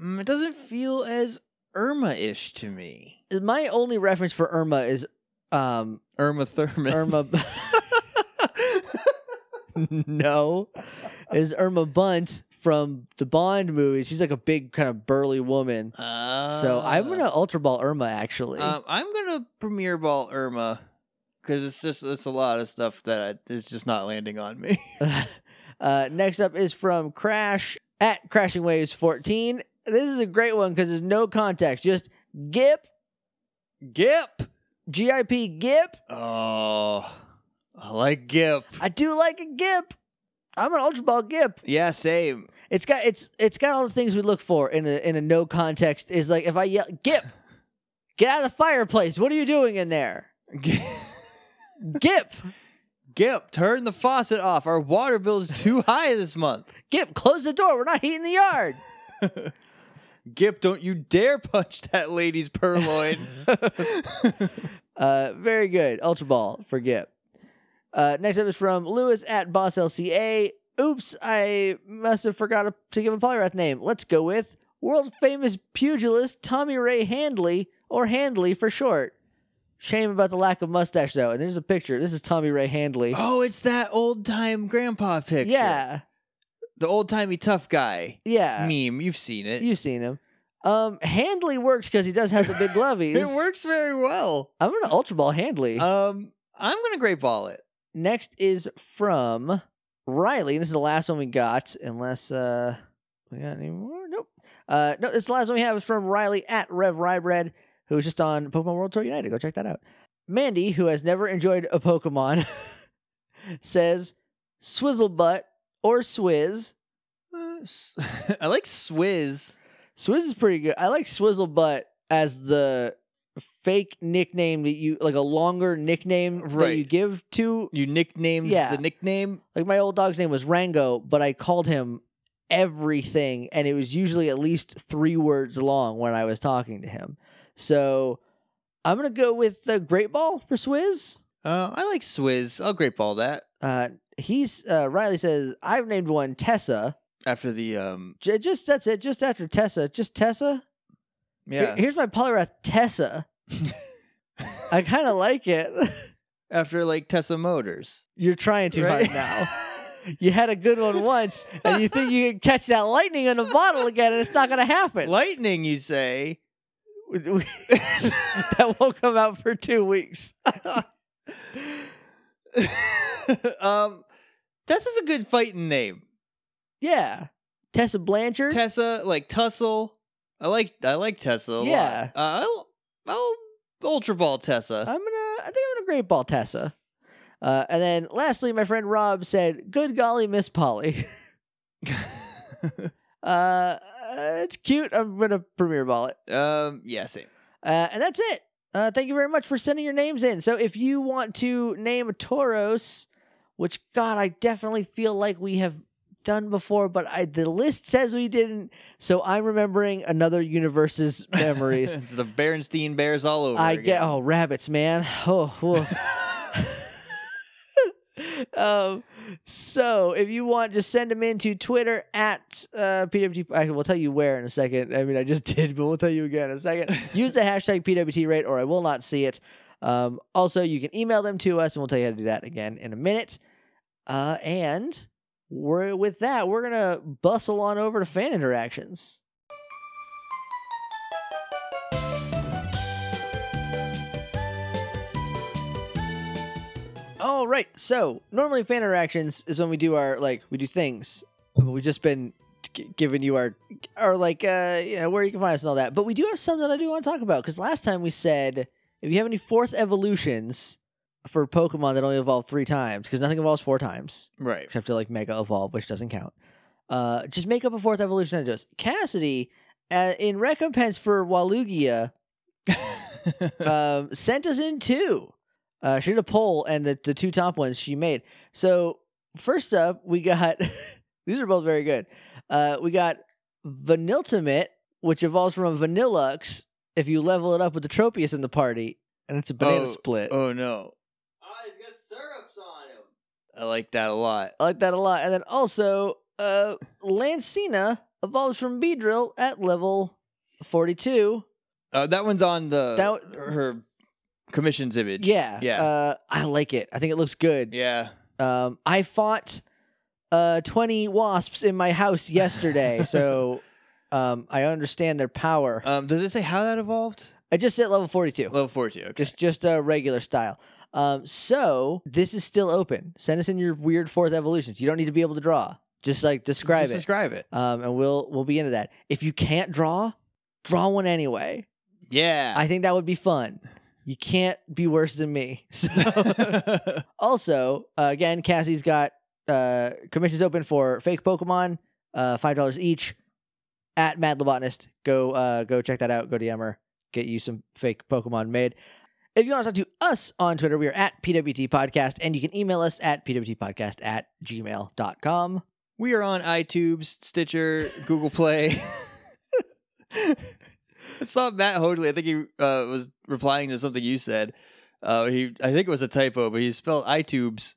Speaker 2: Mm, it doesn't feel as Irma-ish to me.
Speaker 1: My only reference for Irma is um
Speaker 2: Irma Thurman.
Speaker 1: Irma. no, is Irma Bunt from the Bond movie? She's like a big kind of burly woman. so I'm gonna Ultra Ball Irma actually.
Speaker 2: Ah. Um, I'm gonna premiere ball Irma because it's just it's a lot of stuff that I, is just not landing on me.
Speaker 1: uh, next up is from Crash at Crashing Waves 14. This is a great one because there's no context. Just GIP,
Speaker 2: Gip.
Speaker 1: GIP, GIP.
Speaker 2: Oh, I like Gip.
Speaker 1: I do like a GIP. I'm an Ultra Ball GIP.
Speaker 2: Yeah, same.
Speaker 1: It's got it's it's got all the things we look for in a in a no context. Is like if I yell Gip, get out of the fireplace. What are you doing in there? Gip,
Speaker 2: Gip, turn the faucet off. Our water bill is too high this month.
Speaker 1: Gip, close the door. We're not heating the yard.
Speaker 2: Gip, don't you dare punch that lady's purloin.
Speaker 1: Uh, very good. Ultra Ball for Gip. Uh, next up is from Lewis at Boss LCA. Oops, I must have forgot a- to give a polyrath name. Let's go with world famous pugilist Tommy Ray Handley, or Handley for short. Shame about the lack of mustache though. And there's a picture. This is Tommy Ray Handley.
Speaker 2: oh, it's that old time grandpa picture.
Speaker 1: yeah,
Speaker 2: the old timey tough guy
Speaker 1: yeah.
Speaker 2: meme. You've seen it.
Speaker 1: You've seen him. Um, Handley works because he does have the big glovies.
Speaker 2: it works very well.
Speaker 1: I'm gonna Ultra Ball Handley.
Speaker 2: Um, I'm gonna great ball it.
Speaker 1: Next is from Riley. This is the last one we got, unless uh we got any more. Nope. Uh no, this is the last one we have is from Riley at Rev Rybred, who was just on Pokemon World Tour United. Go check that out. Mandy, who has never enjoyed a Pokemon, says Swizzle Butt or Swizz.
Speaker 2: Uh, s- I like Swizz.
Speaker 1: Swizz is pretty good. I like Swizzle Butt as the fake nickname that you like a longer nickname that you
Speaker 2: Right.
Speaker 1: give to
Speaker 2: You nicknamed
Speaker 1: Yeah.
Speaker 2: the nickname.
Speaker 1: Like my old dog's name was Rango, but I called him everything, and it was usually at least three words long when I was talking to him. So I'm gonna go with the Great Ball for Swizz.
Speaker 2: Uh, I like Swizz. I'll great ball that
Speaker 1: Uh, he's uh, Riley says I've named one Tessa.
Speaker 2: after the um.
Speaker 1: J- just that's it. Just after Tessa, just Tessa. Here-
Speaker 2: Yeah,
Speaker 1: here's my polyrath Tessa. I kind of like it.
Speaker 2: after like Tessa Motors.
Speaker 1: You're trying too
Speaker 2: Right?
Speaker 1: hard now. You had a good one once, and you think you can catch that lightning in a bottle again, and it's not gonna happen.
Speaker 2: Lightning, you say?
Speaker 1: that won't come out for two weeks.
Speaker 2: um, Tessa's a good fighting name.
Speaker 1: Yeah. Tessa Blanchard.
Speaker 2: Tessa, like tussle. I like I like Tessa. A
Speaker 1: Yeah.
Speaker 2: lot. Uh, I'll I'll ultra ball Tessa.
Speaker 1: I'm gonna I think I'm gonna great ball Tessa. Uh, and then lastly, my friend Rob said, Good golly, Miss Polly. uh, uh, it's cute. I'm gonna premiere ball it.
Speaker 2: Um, yeah, same.
Speaker 1: Uh, and that's it. Uh, thank you very much for sending your names in. So if you want to name a Tauros, which God, I definitely feel like we have done before, but I, the list says we didn't. So I'm remembering another universe's memories.
Speaker 2: it's the Berenstein Bears all over.
Speaker 1: I
Speaker 2: again.
Speaker 1: get oh rabbits, man. Oh. woof. um, so if you want, just send them in to Twitter at uh, PWT. I will tell you where in a second. I mean, I just did, but we'll tell you again in a second. Use the hashtag PWT rate, or I will not see it. Um, also, you can email them to us, and we'll tell you how to do that again in a minute. Uh, and we're with that, we're gonna bustle on over to fan interactions. All Oh, right. So normally fan interactions is when we do our like we do things, but we've just been g- giving you our our like uh you know where you can find us and all that. But we do have some that I do want to talk about because last time we said if you have any fourth evolutions for Pokemon that only evolve three times because nothing evolves four times
Speaker 2: right.
Speaker 1: except to like mega evolve, which doesn't count. Uh, just make up a fourth evolution and just Cassidy, uh, in recompense for Walugia, um, sent us in two. Uh, she did a poll, and the, the two top ones she made. So first up, we got these are both very good. Uh, we got Vaniltimate, which evolves from a Vanillux if you level it up with the Tropius in the party, and it's a banana
Speaker 2: Oh,
Speaker 1: split.
Speaker 2: oh no,
Speaker 4: Ah, he's got syrups on him.
Speaker 2: I like that a lot.
Speaker 1: I like that a lot. And then also, uh, Lancina evolves from Beedrill at level 42.
Speaker 2: Uh, that one's on the
Speaker 1: That-
Speaker 2: her commission's image.
Speaker 1: Yeah.
Speaker 2: yeah,
Speaker 1: Uh, I like it. I think it looks good.
Speaker 2: yeah.
Speaker 1: Um, I fought uh, 20 wasps in my house yesterday. so um, I understand their power.
Speaker 2: Um, does it say how that evolved?
Speaker 1: I just hit level 42.
Speaker 2: Level forty-two. Okay.
Speaker 1: Just just a regular style. Um, so this is still open. Send us in your weird fourth evolutions. You don't need to be able to draw. Just like describe
Speaker 2: Just
Speaker 1: it.
Speaker 2: describe it.
Speaker 1: um, and we'll we'll be into that. If you can't draw, draw one anyway.
Speaker 2: Yeah.
Speaker 1: I think that would be fun. You can't be worse than me. So also, uh, again, Cassie's got uh, commissions open for fake Pokemon, uh, five dollars each. At Mad Lobotanist, go uh, go check that out. Go DM her, get you some fake Pokemon made. If you want to talk to us on Twitter, we are at PWT Podcast, and you can email us at PWTpodcast at gmail.com.
Speaker 2: we are on iTunes, Stitcher, Google Play. I saw Matt Hoadley. I think he uh, was replying to something you said. Uh, he, I think it was a typo, but he spelled iTubes,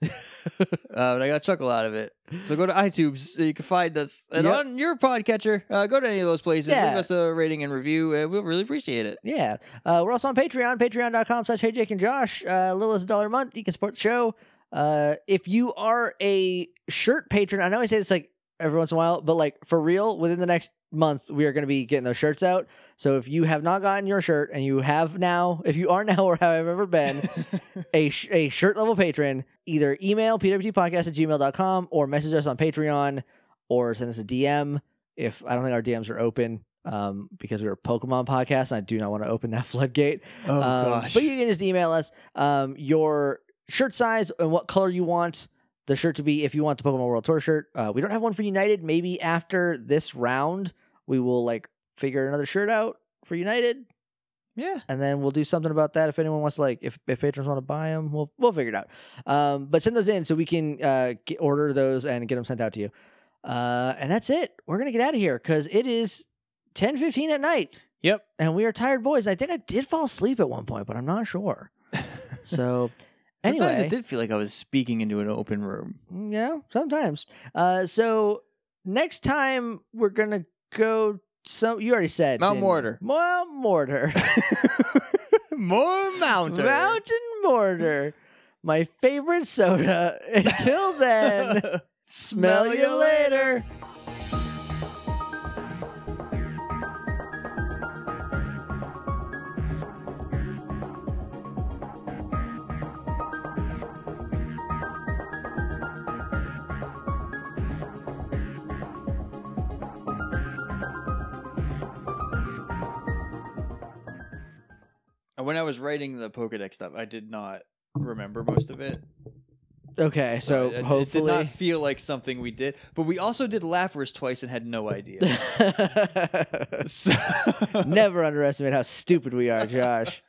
Speaker 2: uh, and I got a chuckle out of it. So go to iTubes. So you can find us, and
Speaker 1: Yep.
Speaker 2: on your podcatcher, uh, go to any of those places.
Speaker 1: Yeah.
Speaker 2: Leave us a rating and review, and we'll really appreciate it.
Speaker 1: Yeah. Uh, we're also on Patreon, patreon.com slash hey Jake and Josh. Uh, little as a dollar a month. You can support the show. Uh, if you are a shirt patron, I know I say this like every once in a while, but like for real, within the next month, we are going to be getting those shirts out. So if you have not gotten your shirt and you have now, if you are now or have ever been a, sh- a shirt level patron, either email pwtpodcast at gmail.com or message us on Patreon or send us a DM if I don't think our DMs are open um, because we're a Pokemon podcast and I do not want to open that floodgate.
Speaker 2: Oh
Speaker 1: Um,
Speaker 2: gosh!
Speaker 1: But you can just email us um, your shirt size and what color you want the shirt to be if you want the Pokemon World Tour shirt. Uh, we don't have one for United. Maybe after this round, we will like figure another shirt out for United
Speaker 2: yeah,
Speaker 1: and then we'll do something about that if anyone wants to like if, if patrons want to buy them we'll we'll figure it out um but send those in so we can uh get, order those and get them sent out to you uh and that's it we're gonna get out of here because it is ten fifteen at night
Speaker 2: yep.
Speaker 1: and we are tired boys i think i did fall asleep at one point but i'm not sure so
Speaker 2: Sometimes
Speaker 1: anyway
Speaker 2: it did feel like I was speaking into an open room.
Speaker 1: you know sometimes uh so next time we're gonna go some you already said
Speaker 2: Mount
Speaker 1: didn't you?
Speaker 2: Mortar.
Speaker 1: mount mortar
Speaker 2: More mountain.
Speaker 1: Mountain Mortar, my favorite soda. Until then, smell you later.
Speaker 2: When I was writing the Pokedex stuff, I did not remember most of it.
Speaker 1: Okay, so
Speaker 2: it- it did
Speaker 1: hopefully.
Speaker 2: not feel like something we did. But we also did Lapras twice and had no idea. so
Speaker 1: Never underestimate how stupid we are, Josh.